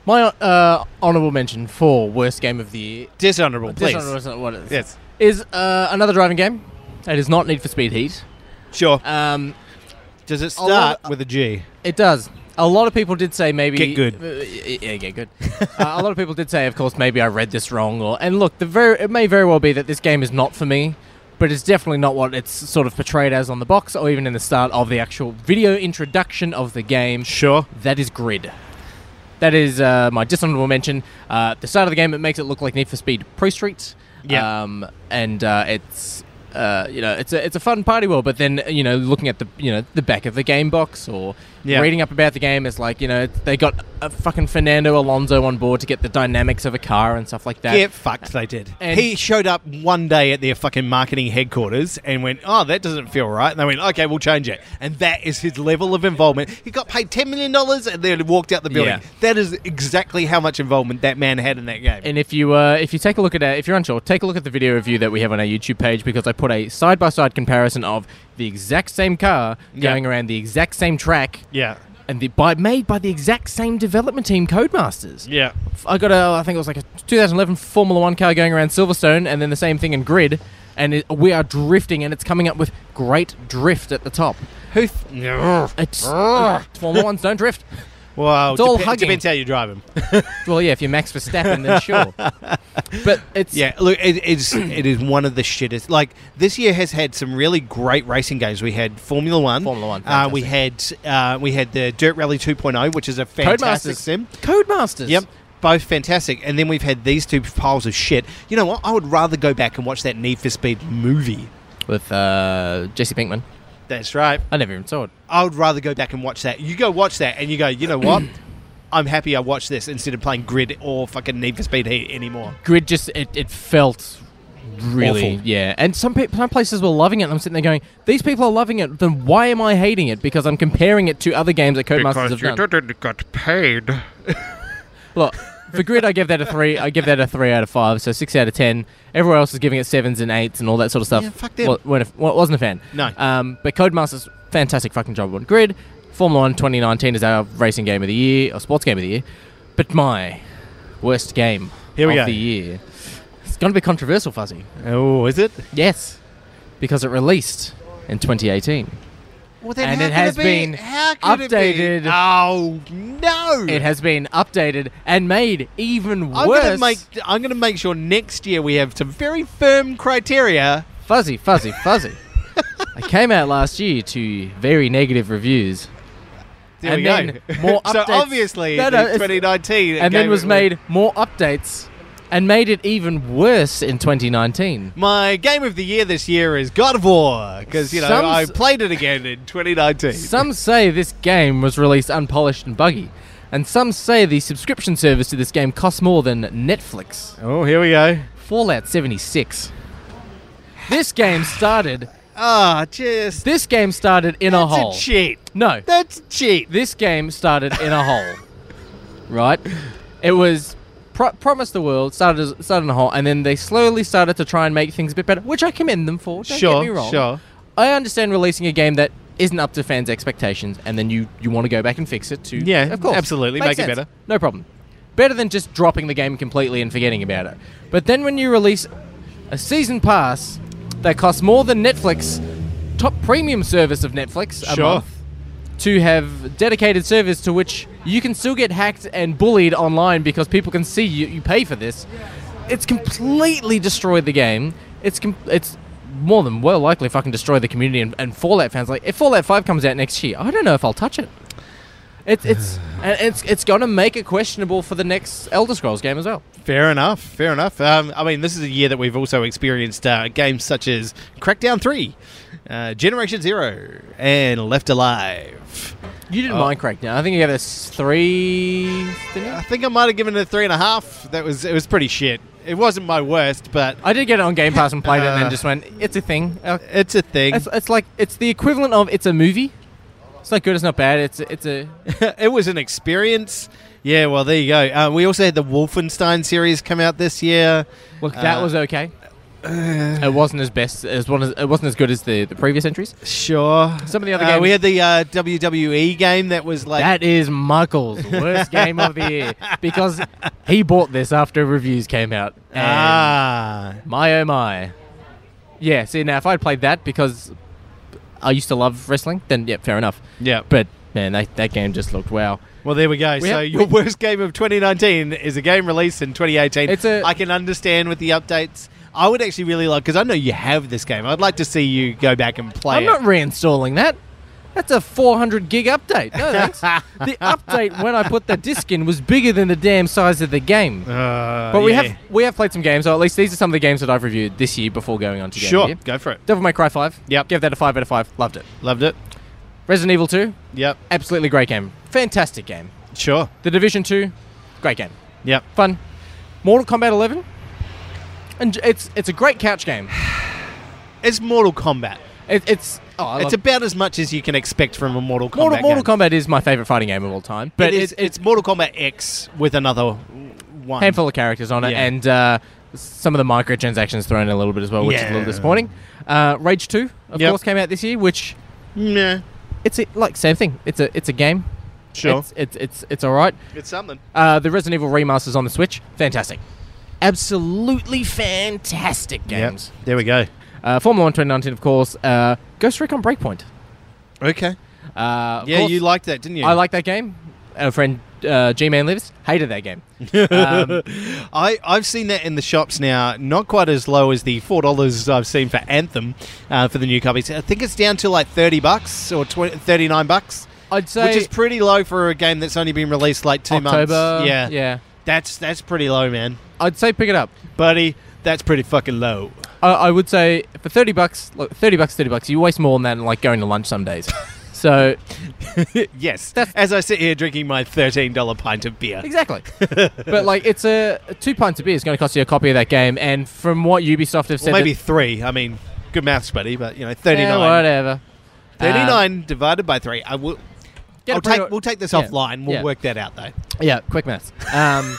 Speaker 2: My uh, honorable mention for worst game of the year.
Speaker 3: Dishonorable, please.
Speaker 2: Dishonorable is not what it is.
Speaker 3: Yes.
Speaker 2: Is uh, another driving game. It is not Need for Speed Heat.
Speaker 3: Sure.
Speaker 2: Um,
Speaker 3: Does it
Speaker 2: a lot
Speaker 3: start
Speaker 2: of-
Speaker 3: with a G?
Speaker 2: It does. A lot of people did say maybe
Speaker 3: Get good.
Speaker 2: Uh, y- yeah, get good. uh, a lot of people did say, of course, maybe I read this wrong. Or and look, the very it may very well be that this game is not for me, but it's definitely not what it's sort of portrayed as on the box or even in the start of the actual video introduction of the game.
Speaker 3: Sure.
Speaker 2: That is Grid. That is uh, my dishonorable mention. Uh, at the start of the game, it makes it look like Need for Speed Pro Street.
Speaker 3: Yeah.
Speaker 2: Um, and uh, it's uh, you know it's a it's a fun party world, but then you know looking at the you know the back of the game box or
Speaker 3: Yeah.
Speaker 2: reading up about the game is like you know they got a fucking Fernando Alonso on board to get the dynamics of a car and stuff like that.
Speaker 3: Get fucked, they did.
Speaker 2: And-
Speaker 3: he showed up one day at their fucking marketing headquarters and went, Oh, that doesn't feel right. And they went, Okay, we'll change it. And that is his level of involvement. He got paid $10 million and then walked out the building.
Speaker 2: Yeah.
Speaker 3: That is exactly how much involvement that man had in that game.
Speaker 2: And if you uh, if you take a look at our, if you're unsure, take a look at the video review that we have on our YouTube page because I put a side by side comparison of the exact same car
Speaker 3: Yeah.
Speaker 2: going around the exact same track
Speaker 3: yeah.
Speaker 2: and the, by made by the exact same development team, Codemasters.
Speaker 3: Yeah.
Speaker 2: F- I got a, I think it was like a 2011 Formula One car going around Silverstone, and then the same thing in Grid, and it, we are drifting, and it's coming up with great drift at the top.
Speaker 3: Who. Th-
Speaker 2: It's uh, Formula Ones don't drift.
Speaker 3: well,
Speaker 2: It's all
Speaker 3: depe-
Speaker 2: hugging.
Speaker 3: depends how you drive him.
Speaker 2: Well, yeah, if you're Max Verstappen, then sure. But it's
Speaker 3: Yeah, look, it is it is one of the shittest. Like this year has had some really great racing games. We had Formula One,
Speaker 2: Formula One,
Speaker 3: Uh, we had uh, we had the Dirt Rally 2.0, which is a fantastic
Speaker 2: Codemasters.
Speaker 3: sim.
Speaker 2: Codemasters.
Speaker 3: Yep. Both fantastic. And then we've had these two piles of shit. You know what? I would rather go back and watch that Need for Speed movie.
Speaker 2: With uh, Jesse Pinkman.
Speaker 3: That's right.
Speaker 2: I never even saw it.
Speaker 3: I would rather go back and watch that. You go watch that and you go, you know what? I'm happy I watched this instead of playing Grid or fucking Need for Speed Heat anymore.
Speaker 2: Grid just it, it felt really
Speaker 3: Awful.
Speaker 2: yeah and some pe- some places were loving it and i'm sitting there going these people are loving it then why am i hating it because i'm comparing it to other games that codemasters have done
Speaker 5: didn't get paid.
Speaker 2: look for grid i give that a three i give that a three out of five so six out of ten everyone else is giving it sevens and eights and all that sort of stuff
Speaker 3: Yeah, fuck them.
Speaker 2: Wa- weren't a- wa- wasn't a fan
Speaker 3: No.
Speaker 2: um, but codemasters fantastic fucking job on grid formula 1 2019 is our racing game of the year or sports game of the year but my worst game
Speaker 3: Here we
Speaker 2: of
Speaker 3: go.
Speaker 2: the year it's going to be controversial fuzzy
Speaker 3: Oh, is it?
Speaker 2: Yes, because it released in 2018.
Speaker 3: Well, then
Speaker 2: And
Speaker 3: how
Speaker 2: it
Speaker 3: could
Speaker 2: has
Speaker 3: be-
Speaker 2: been
Speaker 3: how could it be-
Speaker 2: updated.
Speaker 3: Oh no!
Speaker 2: It has been updated and made even
Speaker 3: I'm
Speaker 2: worse.
Speaker 3: gonna make. I'm gonna make sure next year we have some very firm criteria
Speaker 2: Fuzzy, fuzzy, fuzzy. I came out last year to very negative reviews.
Speaker 3: There
Speaker 2: and
Speaker 3: we
Speaker 2: then
Speaker 3: go.
Speaker 2: more
Speaker 3: so
Speaker 2: updates.
Speaker 3: obviously,
Speaker 2: No,
Speaker 3: the
Speaker 2: no, it's-
Speaker 3: 2019,
Speaker 2: and then
Speaker 3: gave
Speaker 2: was
Speaker 3: it-
Speaker 2: made more updates and made it even worse in 2019.
Speaker 3: My game of the year this year is God of War because you know
Speaker 2: Some
Speaker 3: I
Speaker 2: s-
Speaker 3: played it again in 2019.
Speaker 2: Some say this game was released unpolished and buggy, and some say the subscription service to this game costs more than Netflix.
Speaker 3: oh, here we go.
Speaker 2: Fallout 76. This game started.
Speaker 3: Ah, just
Speaker 2: This game started in a
Speaker 3: that's
Speaker 2: hole.
Speaker 3: a cheat.
Speaker 2: no,
Speaker 3: That's a cheat.
Speaker 2: this game started in a hole, right? It was pro- promised the world started as- started in a hole, and then they slowly started to try and make things a bit better, which I commend them for. Don't
Speaker 3: Sure,
Speaker 2: get me wrong.
Speaker 3: sure.
Speaker 2: I understand releasing a game that isn't up to fans' expectations, and then you you want to go back and fix it to
Speaker 3: Yeah,
Speaker 2: of course,
Speaker 3: absolutely,
Speaker 2: Makes
Speaker 3: make it
Speaker 2: sense.
Speaker 3: better.
Speaker 2: No problem. Better than just dropping the game completely and forgetting about it. But then when you release a season pass that costs more than Netflix, top premium service of Netflix, a
Speaker 3: Sure.
Speaker 2: month, to have dedicated servers to which you can still get hacked and bullied online because people can see you, you pay for this. It's completely destroyed the game. It's com- it's more than well likely fucking destroy the community and, and Fallout fans. Like if Fallout Five comes out next year, I don't know if I'll touch it. It's it's and it's it's gonna make it questionable for the next Elder Scrolls game as well.
Speaker 3: Fair enough. Fair enough. Um, I mean, this is a year that we've also experienced uh, games such as Crackdown Three, uh, Generation Zero, and Left Alive.
Speaker 2: You
Speaker 3: Oh.
Speaker 2: didn't mind Crackdown. I think you gave us three. Didn't you?
Speaker 3: I think I might have given it a three and a half. That was it was pretty shit. It wasn't my worst, but
Speaker 2: I did get it on Game Pass and played it, and
Speaker 3: Uh,
Speaker 2: then just went, "It's a thing." Uh,
Speaker 3: it's a thing.
Speaker 2: It's, it's like it's the equivalent of it's a movie. It's not good. It's not bad. It's it's a
Speaker 3: it was an experience. Yeah, well, there you go. Uh, we also had the Wolfenstein series come out this year.
Speaker 2: look. That
Speaker 3: Uh,
Speaker 2: was okay. it wasn't as best as one. As, it wasn't as good as the, the previous entries.
Speaker 3: Sure.
Speaker 2: Some of the other
Speaker 3: Uh,
Speaker 2: games.
Speaker 3: we had the uh, WWE game that was like.
Speaker 2: that is Michael's worst game of the year because he bought this after reviews came out. And
Speaker 3: ah.
Speaker 2: my oh my. Yeah. See now, if I'd played that because I used to love wrestling, then yeah, fair enough.
Speaker 3: Yeah.
Speaker 2: But man, that, that game just looked wow.
Speaker 3: Well, there we go.
Speaker 2: We
Speaker 3: so
Speaker 2: have-
Speaker 3: your
Speaker 2: we-
Speaker 3: worst game of 2019 is a game released in 2018.
Speaker 2: It's a-
Speaker 3: I can understand with the updates. I would actually really like because I know you have this game. I'd like to see you go back and play
Speaker 2: I'm
Speaker 3: it.
Speaker 2: not reinstalling that. That's a 400 gig update. No thanks. the update when I put the disc in was bigger than the damn size of the game.
Speaker 3: Uh,
Speaker 2: but we
Speaker 3: yeah.
Speaker 2: have we have played some games, or at least these are some of the games that I've reviewed this year before going on to Game of
Speaker 3: Sure.
Speaker 2: the Year.
Speaker 3: Go for it.
Speaker 2: Devil May Cry 5.
Speaker 3: Yep.
Speaker 2: Gave that a 5 out of 5. Loved it.
Speaker 3: Loved it.
Speaker 2: Resident Evil 2.
Speaker 3: Yep.
Speaker 2: Absolutely great game. Fantastic game.
Speaker 3: Sure.
Speaker 2: The Division 2. Great game.
Speaker 3: Yep.
Speaker 2: Fun. Mortal Kombat 11. And j- it's it's a great couch game.
Speaker 3: It's Mortal Kombat.
Speaker 2: It, it's oh, I
Speaker 3: It's
Speaker 2: love-
Speaker 3: about as much as you can expect from a Mortal Kombat.
Speaker 2: Mortal, Mortal
Speaker 3: game.
Speaker 2: Kombat is my favorite fighting game of all time. But
Speaker 3: But it is, it's Mortal Kombat X with another one.
Speaker 2: handful of characters on it,
Speaker 3: Yeah.
Speaker 2: and uh, some of the microtransactions thrown in a little bit as well, which is a
Speaker 3: Yeah.
Speaker 2: little disappointing. Uh, Rage Two, of
Speaker 3: Yep.
Speaker 2: course, came out this year, which
Speaker 3: Nah,
Speaker 2: it's a, like same thing. It's a it's a game.
Speaker 3: sure.
Speaker 2: It's it's it's, it's all right.
Speaker 3: It's something.
Speaker 2: Uh, the Resident Evil remasters on the Switch, fantastic, absolutely fantastic games.
Speaker 3: There we go.
Speaker 2: Uh, Formula One 2019, of course. Uh, Ghost Recon Breakpoint.
Speaker 3: Okay.
Speaker 2: Uh, of
Speaker 3: Yeah,
Speaker 2: course,
Speaker 3: you liked that, didn't you?
Speaker 2: I like that game. Our friend uh, G Man Lives hated that game. Um,
Speaker 3: I I've seen that in the shops now. Not quite as low as the four dollars I've seen for Anthem uh, for the new copies. I think it's down to like thirty bucks or tw- thirty nine bucks,
Speaker 2: I'd say
Speaker 3: which is pretty low for a game that's only been released like two
Speaker 2: October.
Speaker 3: months. Yeah,
Speaker 2: yeah.
Speaker 3: That's that's pretty low, man,
Speaker 2: I'd say pick it up.
Speaker 3: buddy. That's pretty fucking low.
Speaker 2: I, I would say for thirty bucks, look, thirty bucks, thirty bucks, you waste more than that in like going to lunch some days. so
Speaker 3: yes,
Speaker 2: That's-
Speaker 3: as I sit here drinking my thirteen dollar pint of beer.
Speaker 2: exactly, but like it's a two pints of beer is going to cost you a copy of that game, and from what Ubisoft have said, eh,
Speaker 3: Well, maybe
Speaker 2: that-
Speaker 3: three. I mean, good maths, buddy. But you know,
Speaker 2: Eh,
Speaker 3: thirty-nine.
Speaker 2: whatever. Um,
Speaker 3: thirty-nine divided by three. I will.
Speaker 2: get a
Speaker 3: I'll
Speaker 2: pre-
Speaker 3: take. We'll take this
Speaker 2: yeah,
Speaker 3: offline. We'll
Speaker 2: yeah.
Speaker 3: work that out though.
Speaker 2: Yeah, quick maths. Um,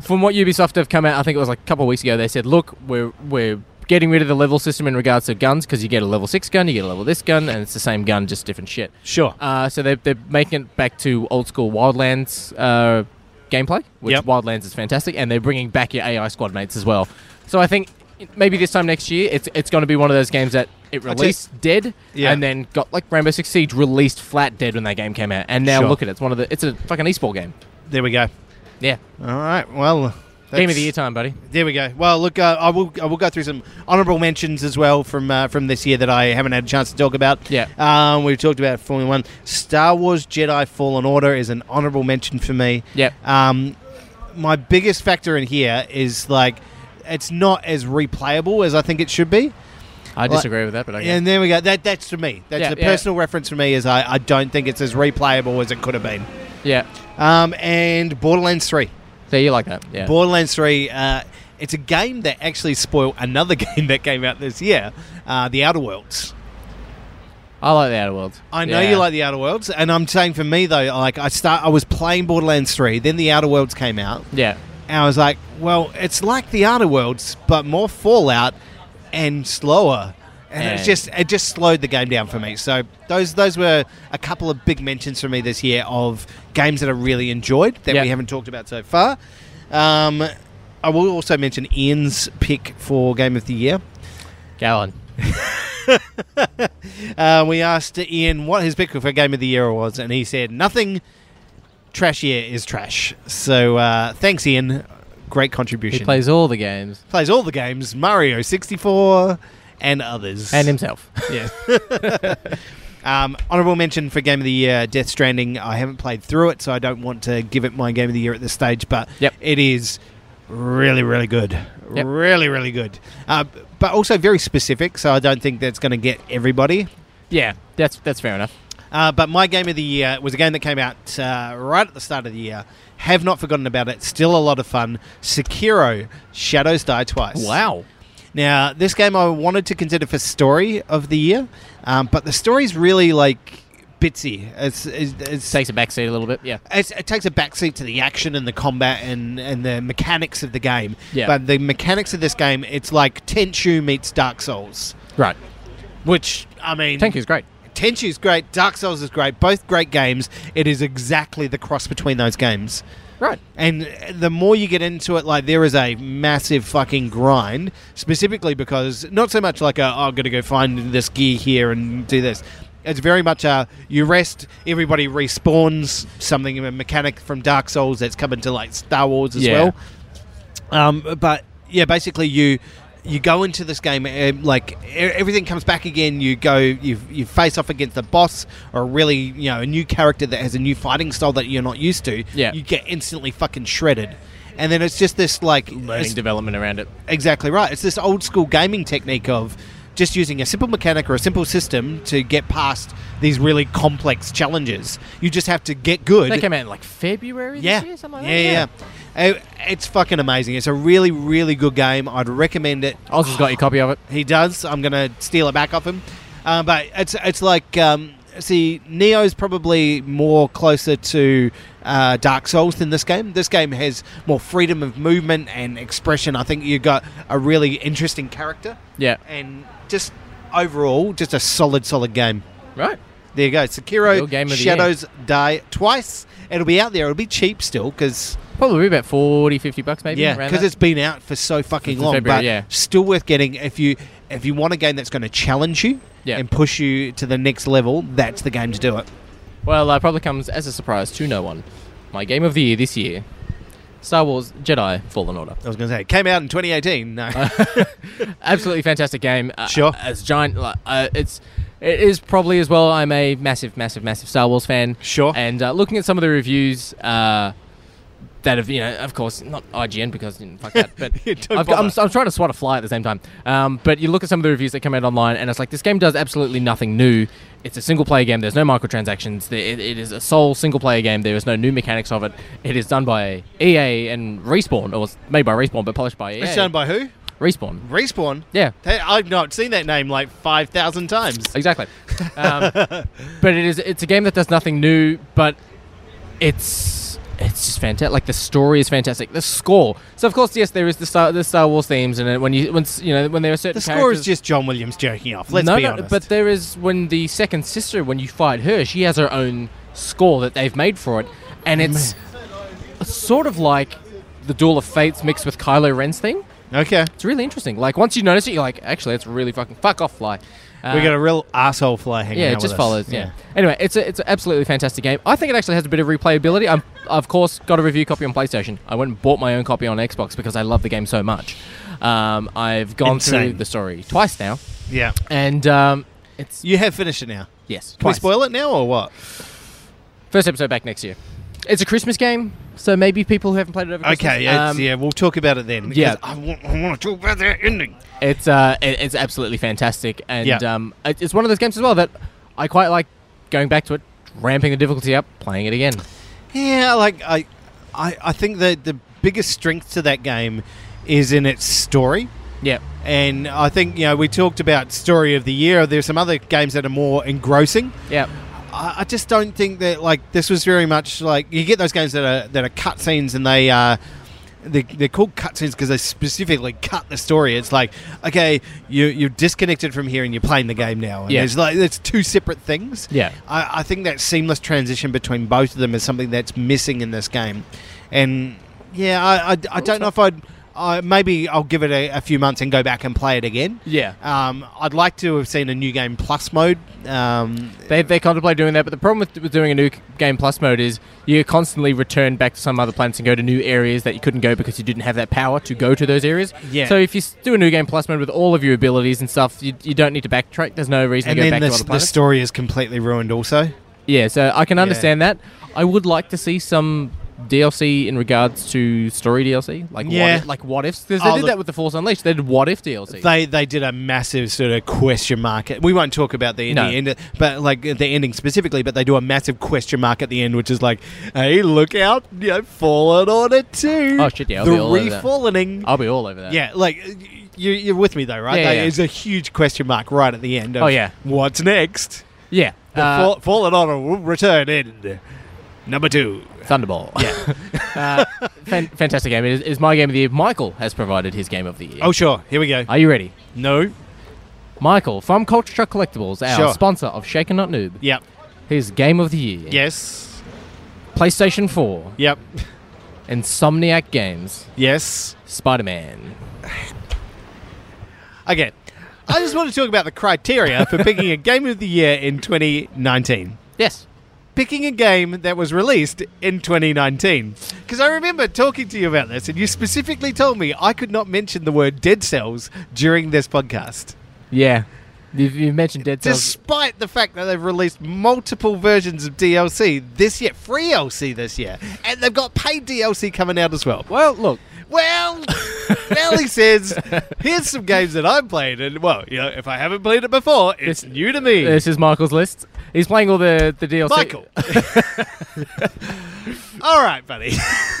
Speaker 2: from what Ubisoft have come out, I think it was like a couple of weeks ago, they said, look, we're we're getting rid of the level system in regards to guns because you get a level six gun, you get a level this gun, and it's the same gun, just different shit.
Speaker 3: Sure.
Speaker 2: Uh, so they're, they're making it back to old school Wildlands uh, gameplay, which
Speaker 3: Yep.
Speaker 2: Wildlands is fantastic, and they're bringing back your AI squad mates as well. So I think maybe this time next year, it's it's going to be one of those games that it
Speaker 3: take-
Speaker 2: released dead,
Speaker 3: Yeah.
Speaker 2: and then got like Rainbow Six Siege released flat dead when that game came out, and now
Speaker 3: Sure.
Speaker 2: look at it, it's one of the it's a fucking esport game.
Speaker 3: There we go.
Speaker 2: Yeah,
Speaker 3: All right. Well,
Speaker 2: Game of the
Speaker 3: That's-
Speaker 2: year time, buddy.
Speaker 3: There we go. Well, look, uh, I will I will go through some honourable mentions as well from uh, from this year that I haven't had a chance to talk about.
Speaker 2: Yeah.
Speaker 3: um, we've talked about Formula One. Star Wars Jedi Fallen Order is an honourable mention for me.
Speaker 2: Yep.
Speaker 3: Um, my biggest factor in here is like it's not as replayable as I think it should be.
Speaker 2: I
Speaker 3: Like-
Speaker 2: disagree with that, but okay.
Speaker 3: And there we go. That that's to me. That's
Speaker 2: Oh, Yeah,
Speaker 3: the
Speaker 2: yeah.
Speaker 3: personal reference for me is I, I don't think it's as replayable as it could have been.
Speaker 2: yeah.
Speaker 3: Um, and Borderlands Three.
Speaker 2: So you like that? Yeah.
Speaker 3: Borderlands 3, uh, it's a game that actually spoiled another game that came out this year, uh, The Outer Worlds.
Speaker 2: I like the Outer Worlds.
Speaker 3: I know
Speaker 2: Yeah.
Speaker 3: you like The Outer Worlds, and I'm saying for me though, like I start, I was playing Borderlands 3, then The Outer Worlds came out,
Speaker 2: Yeah.
Speaker 3: and I was like, well, it's like The Outer Worlds, but more Fallout and slower. And, it's
Speaker 2: And-
Speaker 3: just it just slowed the game down for me. So those those were a couple of big mentions for me this year of games that I really enjoyed that
Speaker 2: Yeah.
Speaker 3: we haven't talked about so far. Um, I will also mention Ian's pick for game of the year.
Speaker 2: Gallon.
Speaker 3: Uh, we asked Ian what his pick for game of the year was, and he said nothing. Trash year is trash. So uh, thanks, Ian. Great
Speaker 2: He
Speaker 3: contribution.
Speaker 2: plays all the games
Speaker 3: plays all the games Mario 64 and others.
Speaker 2: and himself.
Speaker 3: yeah. um, honorable mention for game of the year Death Stranding. I haven't played through it, so I don't want to give it my game of the year at this stage, but
Speaker 2: Yep.
Speaker 3: it is really, really good.
Speaker 2: Yep.
Speaker 3: Really, really good. Uh, but also very specific, so I don't think that's going to get everybody.
Speaker 2: yeah. That's that's fair enough.
Speaker 3: Uh, but my game of the year was a game that came out uh, right at the start of the year. Have not forgotten about it. Still a lot of fun. Sekiro Shadows Die Twice.
Speaker 2: Wow.
Speaker 3: Now, this game I wanted to consider for story of the year, um, but the story's really like bitsy. It's, it's, it's,
Speaker 2: Takes a backseat a little bit. Yeah.
Speaker 3: it's, it takes a backseat to the action and the combat and, and the mechanics of the game.
Speaker 2: Yeah.
Speaker 3: But the mechanics of this game, it's like Tenchu meets Dark Souls,
Speaker 2: Right.
Speaker 3: which, I mean,
Speaker 2: Thank you's great.
Speaker 3: Tenchu's great, Dark Souls is great, both great games. It is exactly the cross between those games.
Speaker 2: Right.
Speaker 3: And the more you get into it, like there is a massive fucking grind, specifically because not so much like a, oh, I'm gonna go find this gear here and do this. It's very much a you rest, everybody respawns something a mechanic from Dark Souls that's coming to like Star Wars as
Speaker 2: Yeah.
Speaker 3: well. Um, but yeah, basically you you go into this game um, like e- everything comes back again. You go you you face off against the boss or really you know a new character that has a new fighting style that you're not used to.
Speaker 2: Yeah.
Speaker 3: you get instantly fucking shredded. And then it's just this like
Speaker 2: Learning
Speaker 3: it's-
Speaker 2: development around it.
Speaker 3: exactly right. It's this old school gaming technique of just using a simple mechanic or a simple system to get past these really complex challenges. You just have to get good.
Speaker 2: They came out in like February this year, something like
Speaker 3: yeah,
Speaker 2: that.
Speaker 3: yeah, yeah. It- it's fucking amazing. It's a really, really good game. I'd recommend it.
Speaker 2: Oz has got your copy of it.
Speaker 3: He does. I'm gonna steal it back off him. Uh, but it's it's like um, see, Neo's probably more closer to uh, Dark Souls than this game. This game has more freedom of movement and expression. I think you got a really interesting character
Speaker 2: Yeah.
Speaker 3: and just overall just a solid, solid game.
Speaker 2: Right.
Speaker 3: There you go.
Speaker 2: Real
Speaker 3: Sekiro
Speaker 2: game of the
Speaker 3: Shadows Die twice. It'll be out there. It'll be cheap still because
Speaker 2: Probably about 40, 50 bucks maybe.
Speaker 3: yeah,
Speaker 2: around
Speaker 3: because
Speaker 2: that.
Speaker 3: it's been out for so fucking
Speaker 2: Since
Speaker 3: long,
Speaker 2: February,
Speaker 3: but
Speaker 2: yeah.
Speaker 3: still worth getting if you if you want a game that's going to challenge you
Speaker 2: Yeah.
Speaker 3: and push you to the next level. That's the game to do it.
Speaker 2: Well, uh, probably comes as a surprise to no one. My game of the year this year Star Wars Jedi Fallen Order.
Speaker 3: I was going to say it came out in 2018. No,
Speaker 2: Absolutely fantastic game. Uh,
Speaker 3: Sure.
Speaker 2: As giant, like, uh, it's. It is probably as well. I'm a massive, massive, massive Star Wars fan.
Speaker 3: Sure.
Speaker 2: And uh, looking at some of the reviews uh, that have, you know, of course, not IGN because you know, fuck that. But
Speaker 3: Yeah, don't
Speaker 2: I've got, I'm,
Speaker 3: bother.
Speaker 2: I'm trying to swat a fly at the same time. Um, but you look at some of the reviews that come out online, and it's like this game does absolutely nothing new. It's a single player game. There's no microtransactions. There, it, it is a sole single player game. There is no new mechanics of it. It is done by EA and Respawn, or it's made by Respawn but published by EA.
Speaker 3: it's done by who?
Speaker 2: Respawn.
Speaker 3: Respawn.
Speaker 2: Yeah.
Speaker 3: Hey, I've not seen that name like five thousand times.
Speaker 2: Exactly. Um, but it is it's a game that does nothing new, but it's it's just fantastic. Like the story is fantastic. The score. So of course, yes, there is the Star, the Star Wars themes, and when you when s- you know when there are certain
Speaker 3: The score is
Speaker 2: characters-
Speaker 3: just John Williams jerking off. Let's
Speaker 2: no,
Speaker 3: be
Speaker 2: no,
Speaker 3: honest.
Speaker 2: but there is when the second sister when you fight her, she has her own score that they've made for it, and it's it's sort of like the Duel of Fates mixed with Kylo Ren's thing.
Speaker 3: okay,
Speaker 2: It's really interesting. Like once you notice it, you're like, actually, it's really fucking fuck off, fly. Uh,
Speaker 3: we got a real asshole fly hanging
Speaker 2: yeah,
Speaker 3: out
Speaker 2: it just
Speaker 3: with us.
Speaker 2: follows. Yeah. Anyway, it's a, it's an absolutely fantastic game. I think it actually has a bit of replayability. I'm, of course, got a review copy on PlayStation. I went and bought my own copy on Xbox because I love the game so much. Um, I've gone through
Speaker 3: Insane.
Speaker 2: the story twice now,
Speaker 3: yeah.
Speaker 2: and um, it's
Speaker 3: You have finished it now.
Speaker 2: yes,
Speaker 3: Can we spoil it now or what?
Speaker 2: First episode back next year. It's a Christmas game, so maybe people who haven't played it over Christmas.
Speaker 3: Okay, yeah, it's-
Speaker 2: um,
Speaker 3: yeah, we'll talk about it then. because
Speaker 2: yeah.
Speaker 3: I want, I want to talk about that ending.
Speaker 2: It's uh, it, it's absolutely fantastic, and
Speaker 3: Yeah.
Speaker 2: um, it- it's one of those games as well that I quite like going back to it, ramping the difficulty up, playing it again.
Speaker 3: Yeah, like I, I, I think that the biggest strength to that game is in its story.
Speaker 2: Yeah,
Speaker 3: And I think you know we talked about story of the year. There's some other games that are more engrossing.
Speaker 2: yeah,
Speaker 3: I, I just don't think that like this was very much like you get those games that are that are cutscenes and they are. They, they're called cutscenes because they specifically cut the story. It's like, okay, you, you're disconnected from here and you're playing the game now. And
Speaker 2: Yeah.
Speaker 3: It's like it's two separate things.
Speaker 2: Yeah.
Speaker 3: I, I think that seamless transition between both of them is something that's missing in this game. And yeah, I, I, I don't know if I'd. I, maybe I'll give it a, a few months and go back and play it again.
Speaker 2: yeah.
Speaker 3: Um, I'd like to have seen a new game plus mode. Um,
Speaker 2: They, they contemplate doing that, but the problem with, with doing a new game plus mode is you constantly return back to some other planets and go to new areas that you couldn't go because you didn't have that power to go to those areas.
Speaker 3: Yeah.
Speaker 2: So if you s- do a new game plus mode with all of your abilities and stuff, you, you don't need to backtrack. There's no reason
Speaker 3: and
Speaker 2: to go back
Speaker 3: then the,
Speaker 2: to
Speaker 3: s-
Speaker 2: other
Speaker 3: the
Speaker 2: planets.
Speaker 3: story is completely ruined also
Speaker 2: Yeah, so I can understand that. I would like to see some DLC in regards to story DLC, like
Speaker 3: Yeah.
Speaker 2: what, if- like what ifs. Because they
Speaker 3: Oh,
Speaker 2: did
Speaker 3: look-
Speaker 2: that with the Force Unleashed. They did what if DLC.
Speaker 3: they they did a massive sort of question mark at- we won't talk about the,
Speaker 2: No.
Speaker 3: the end but like the ending specifically but they do a massive question mark at the end which is like hey look out you know fallen on it too
Speaker 2: Oh, shit, yeah, I'll
Speaker 3: the
Speaker 2: be all over that.
Speaker 3: refallening
Speaker 2: I'll be all over that.
Speaker 3: yeah like you, you're with me though right
Speaker 2: Yeah, yeah,
Speaker 3: There
Speaker 2: yeah.
Speaker 3: is a huge question mark right at the end of
Speaker 2: Oh, yeah.
Speaker 3: what's next
Speaker 2: yeah.
Speaker 3: The
Speaker 2: uh,
Speaker 3: fall, fallen honor will return in number two
Speaker 2: Thunderball. Yeah. uh, fan- fantastic game. It is, is my game of the year. Michael has provided his game of the year.
Speaker 3: oh sure here we go
Speaker 2: Are you ready?
Speaker 3: no
Speaker 2: Michael from Culture Truck Collectibles, our
Speaker 3: Sure.
Speaker 2: sponsor of Shaken Not Noob,
Speaker 3: yep
Speaker 2: his game of the year.
Speaker 3: yes
Speaker 2: PlayStation 4,
Speaker 3: yep
Speaker 2: Insomniac Games,
Speaker 3: yes
Speaker 2: Spider Man.
Speaker 3: Okay. I just want to talk about the criteria for picking a game of the year in 2019.
Speaker 2: Yes.
Speaker 3: Picking a game that was released in 2019. Because I remember talking to you about this, and you specifically told me I could not mention the word Dead Cells during this podcast.
Speaker 2: Yeah. You've, you've mentioned Dead Cells.
Speaker 3: Despite the fact that they've released multiple versions of DLC this year, free DLC this year, and they've got paid DLC coming out as well.
Speaker 2: Well, look,
Speaker 3: Well, well, he says, here's some games that I've played, and well, you know, if I haven't played it before, it's
Speaker 2: This-
Speaker 3: new to me.
Speaker 2: this is Michael's list. He's playing all the, the DLC.
Speaker 3: Michael. All right, buddy.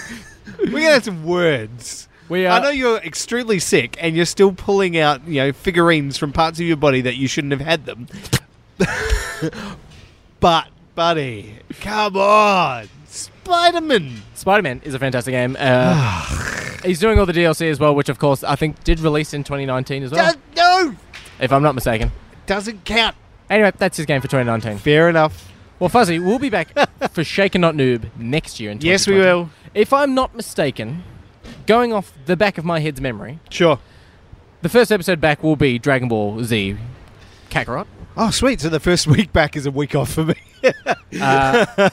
Speaker 3: We're gonna have some words.
Speaker 2: We
Speaker 3: I
Speaker 2: are-
Speaker 3: know you're extremely sick, and you're still pulling out, you know, figurines from parts of your body that you shouldn't have had them. but, buddy, come on, Spider-Man.
Speaker 2: Spider Man is a fantastic game. Uh,
Speaker 3: Ah.
Speaker 2: he's doing all the DLC as well, which, of course, I think did release in 2019 as well,
Speaker 3: Does- no,
Speaker 2: if I'm not mistaken.
Speaker 3: doesn't count.
Speaker 2: Anyway, that's his game for 2019.
Speaker 3: Fair enough.
Speaker 2: Well, Fuzzy, we'll be back for Shaken Not Noob next year. In
Speaker 3: Yes, we
Speaker 2: 2020.
Speaker 3: will.
Speaker 2: If I'm not mistaken, going off the back of my head's memory,
Speaker 3: Sure.
Speaker 2: the first episode back will be Dragon Ball Z Kakarot.
Speaker 3: Oh, sweet. So the first week back is a week off for me.
Speaker 2: Uh,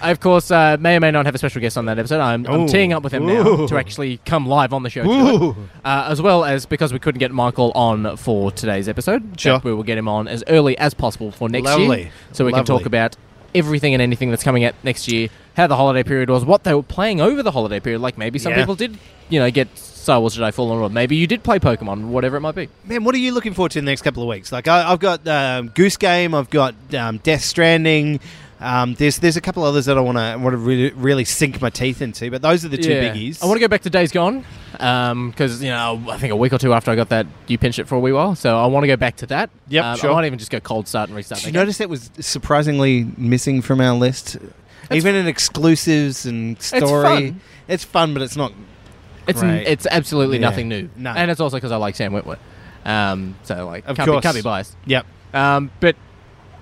Speaker 2: I, of course, uh, may or may not have a special guest on that episode. I'm, I'm
Speaker 3: Ooh.
Speaker 2: teeing up with him now
Speaker 3: Ooh.
Speaker 2: to actually come live on the show, to do it.
Speaker 3: Ooh.
Speaker 2: uh, as well as because we couldn't get Michael on for today's episode. that
Speaker 3: Sure.
Speaker 2: we will get him on as early as possible for next year,
Speaker 3: Lovely.
Speaker 2: so we can
Speaker 3: Lovely.
Speaker 2: talk about everything and anything that's coming out next year. How the holiday period was, what they were playing over the holiday period. Like maybe some
Speaker 3: Yeah.
Speaker 2: people did, you know, get Star Wars Jedi Fallen Order. Maybe you did play Pokemon, whatever it might be.
Speaker 3: Man, what are you looking forward to in the next couple of weeks? Like, I, I've got um, Goose Game, I've got um, Death Stranding. Um, there's there's a couple others that I want to want to really, really sink my teeth into, but those are the two
Speaker 2: Yeah.
Speaker 3: biggies.
Speaker 2: I want to go back to Days Gone because you know I think a week or two after I got that, you pinched it for a wee while. So I want to go back to that.
Speaker 3: Yep,
Speaker 2: Um,
Speaker 3: sure.
Speaker 2: I might even just go cold start and restart.
Speaker 3: Did you
Speaker 2: that game.
Speaker 3: notice that was surprisingly missing from our list? Even in exclusives and story,
Speaker 2: fun.
Speaker 3: It's fun, but it's not.
Speaker 2: It's n-
Speaker 3: Right.
Speaker 2: it's absolutely
Speaker 3: Yeah.
Speaker 2: nothing new.
Speaker 3: No.
Speaker 2: And it's also because I like Sam Witwer. Um, so like
Speaker 3: Of
Speaker 2: can't be,
Speaker 3: course.
Speaker 2: can't be biased.
Speaker 3: Yep.
Speaker 2: Um, but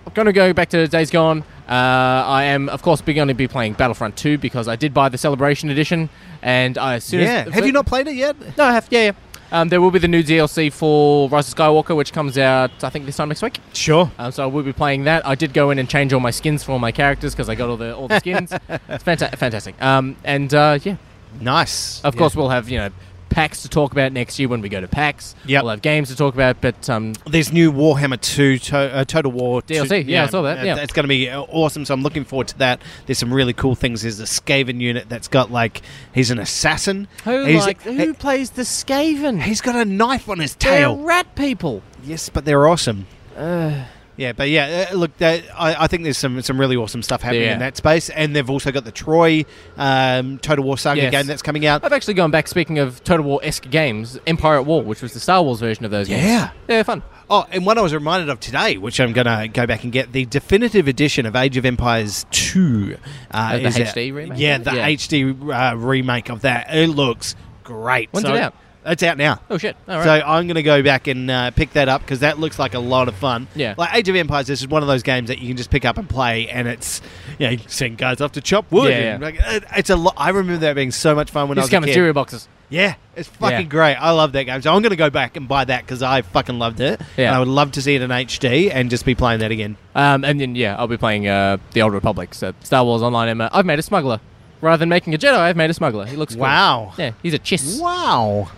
Speaker 2: I'm gonna go back to Days Gone. Uh, I am of course going to be playing Battlefront 2 because I did buy the Celebration Edition, and I as soon
Speaker 3: Yeah.
Speaker 2: as
Speaker 3: Have you not played it yet?
Speaker 2: No, I have. Yeah, yeah. Um, there will be the new DLC for Rise of Skywalker, which comes out, I think, this time next week.
Speaker 3: Sure.
Speaker 2: Um, so I will be playing that. I did go in and change all my skins for all my characters because I got all the all the skins. it's fanta- fantastic. Um, and uh, yeah,
Speaker 3: Nice.
Speaker 2: of course we'll have you know packs to talk about next year when we go to packs.
Speaker 3: Yep.
Speaker 2: We'll have games to talk about, but um,
Speaker 3: There's new Warhammer 2 to, uh, Total War
Speaker 2: DLC,
Speaker 3: two-
Speaker 2: yeah, I saw that, yeah.
Speaker 3: That's going to be uh, awesome. So I'm looking forward to that. There's some really cool things. There's a Skaven unit that's got like he's an assassin.
Speaker 2: who
Speaker 3: he's,
Speaker 2: like who
Speaker 3: he-
Speaker 2: plays the Skaven?
Speaker 3: he's got a knife on his
Speaker 2: They're
Speaker 3: tail.
Speaker 2: rat people.
Speaker 3: Yes, but they're awesome.
Speaker 2: Uh,
Speaker 3: Yeah, but yeah, uh, look, that, I, I think there's some some really awesome stuff happening
Speaker 2: Yeah.
Speaker 3: in that space, and they've also got the Troy um, Total War Saga
Speaker 2: Yes.
Speaker 3: game that's coming out.
Speaker 2: I've actually gone back. Speaking of Total War esque games, Empire at War, which was the Star Wars version of those games.
Speaker 3: Yeah.
Speaker 2: yeah, fun.
Speaker 3: Oh, and one I was reminded of today, which I'm going to go back and get the definitive edition of Age of Empires 2. Uh,
Speaker 2: Oh, the
Speaker 3: is out-
Speaker 2: HD remake?
Speaker 3: Yeah, the
Speaker 2: Yeah.
Speaker 3: HD uh, remake of that. It looks great.
Speaker 2: When's it out?
Speaker 3: It's out now.
Speaker 2: Oh shit! All right.
Speaker 3: So I'm going to go back and uh, pick that up because that looks like a lot of fun.
Speaker 2: Yeah.
Speaker 3: Like Age of Empires, this is one of those games that you can just pick up and play, and it's you know send guys off to chop wood.
Speaker 2: Yeah,
Speaker 3: and, like, it- it's a lot. I remember that being so much fun when
Speaker 2: Just
Speaker 3: I
Speaker 2: come
Speaker 3: was a
Speaker 2: in
Speaker 3: kid.
Speaker 2: cereal boxes.
Speaker 3: Yeah, it's fucking
Speaker 2: Yeah.
Speaker 3: great. I love that game. So I'm going to go back and buy that because I fucking loved it.
Speaker 2: Yeah.
Speaker 3: And I would love to see it in HD and just be playing that again.
Speaker 2: Um, and then yeah, I'll be playing uh, the Old Republic. So Star Wars Online. Emma, I've made a smuggler rather than making a Jedi. I've made a smuggler. He looks cool.
Speaker 3: Wow.
Speaker 2: Yeah, he's a chiss.
Speaker 3: Wow.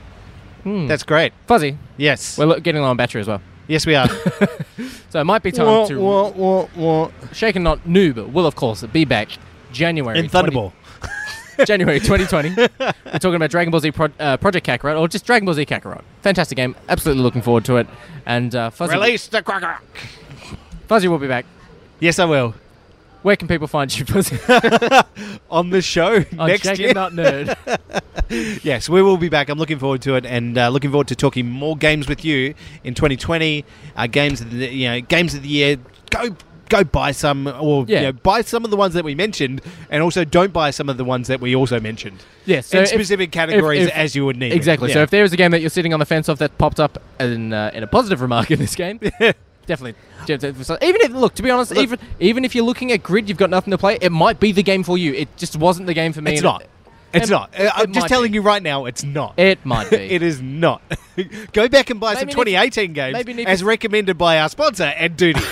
Speaker 2: Hmm.
Speaker 3: That's great.
Speaker 2: Fuzzy.
Speaker 3: Yes.
Speaker 2: We're lo- getting low on battery as well,
Speaker 3: yes, we are.
Speaker 2: so it might be time
Speaker 3: Wah,
Speaker 2: to
Speaker 3: wah, wah, wah.
Speaker 2: shake and not new, but will of course be back January
Speaker 3: In
Speaker 2: 20
Speaker 3: Thunderball.
Speaker 2: January 2020. We're talking about Dragon Ball Z Pro- uh, Project Kakarot, or just Dragon Ball Z Kakarot. Fantastic game. Absolutely looking forward to it. And uh, Fuzzy,
Speaker 3: Release the cracker.
Speaker 2: Fuzzy will be back.
Speaker 3: Yes, I will.
Speaker 2: Where can people find you, Fuzzy?
Speaker 3: On the show
Speaker 2: On
Speaker 3: next
Speaker 2: Shake
Speaker 3: year.
Speaker 2: and Not Nerd.
Speaker 3: Yes, we will be back. I'm looking forward to it, and uh, looking forward to talking more games with you in 2020. Uh, games, of the, you know, games of the year. Go, go buy some, or
Speaker 2: Yeah.
Speaker 3: you know, buy some of the ones that we mentioned, and also don't buy some of the ones that we also mentioned.
Speaker 2: Yeah, so
Speaker 3: in
Speaker 2: if-
Speaker 3: specific categories
Speaker 2: if-
Speaker 3: as you would need.
Speaker 2: Exactly.
Speaker 3: Yeah.
Speaker 2: So if there is a game that you're sitting on the fence of that popped up in, uh, in a positive remark in this game, definitely. uh, So even if look, to be honest, even even if you're looking at grid, you've got nothing to play. It might be the game for you. It just wasn't the game for me.
Speaker 3: it's
Speaker 2: and it-
Speaker 3: not. It's
Speaker 2: it-
Speaker 3: not. Uh,
Speaker 2: it
Speaker 3: I'm
Speaker 2: might
Speaker 3: just telling
Speaker 2: be.
Speaker 3: you right now, it's not.
Speaker 2: It might be.
Speaker 3: it is not. Go back and buy
Speaker 2: Maybe
Speaker 3: some
Speaker 2: need-
Speaker 3: 2018 games
Speaker 2: maybe need-
Speaker 3: as recommended by our sponsor, Ed Duty.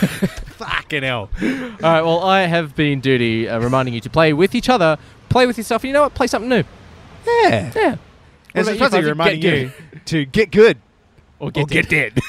Speaker 3: Fucking hell.
Speaker 2: All right. Well, I have been duty uh, reminding you to play with each other, play with yourself, and you know what? Play something new.
Speaker 3: Yeah.
Speaker 2: Yeah. What
Speaker 3: As
Speaker 2: about
Speaker 3: a
Speaker 2: you,
Speaker 3: fuzzy
Speaker 2: Fuzzy?
Speaker 3: reminding
Speaker 2: Get
Speaker 3: you to get good
Speaker 2: Or get,
Speaker 3: or get
Speaker 2: dead.
Speaker 3: dead.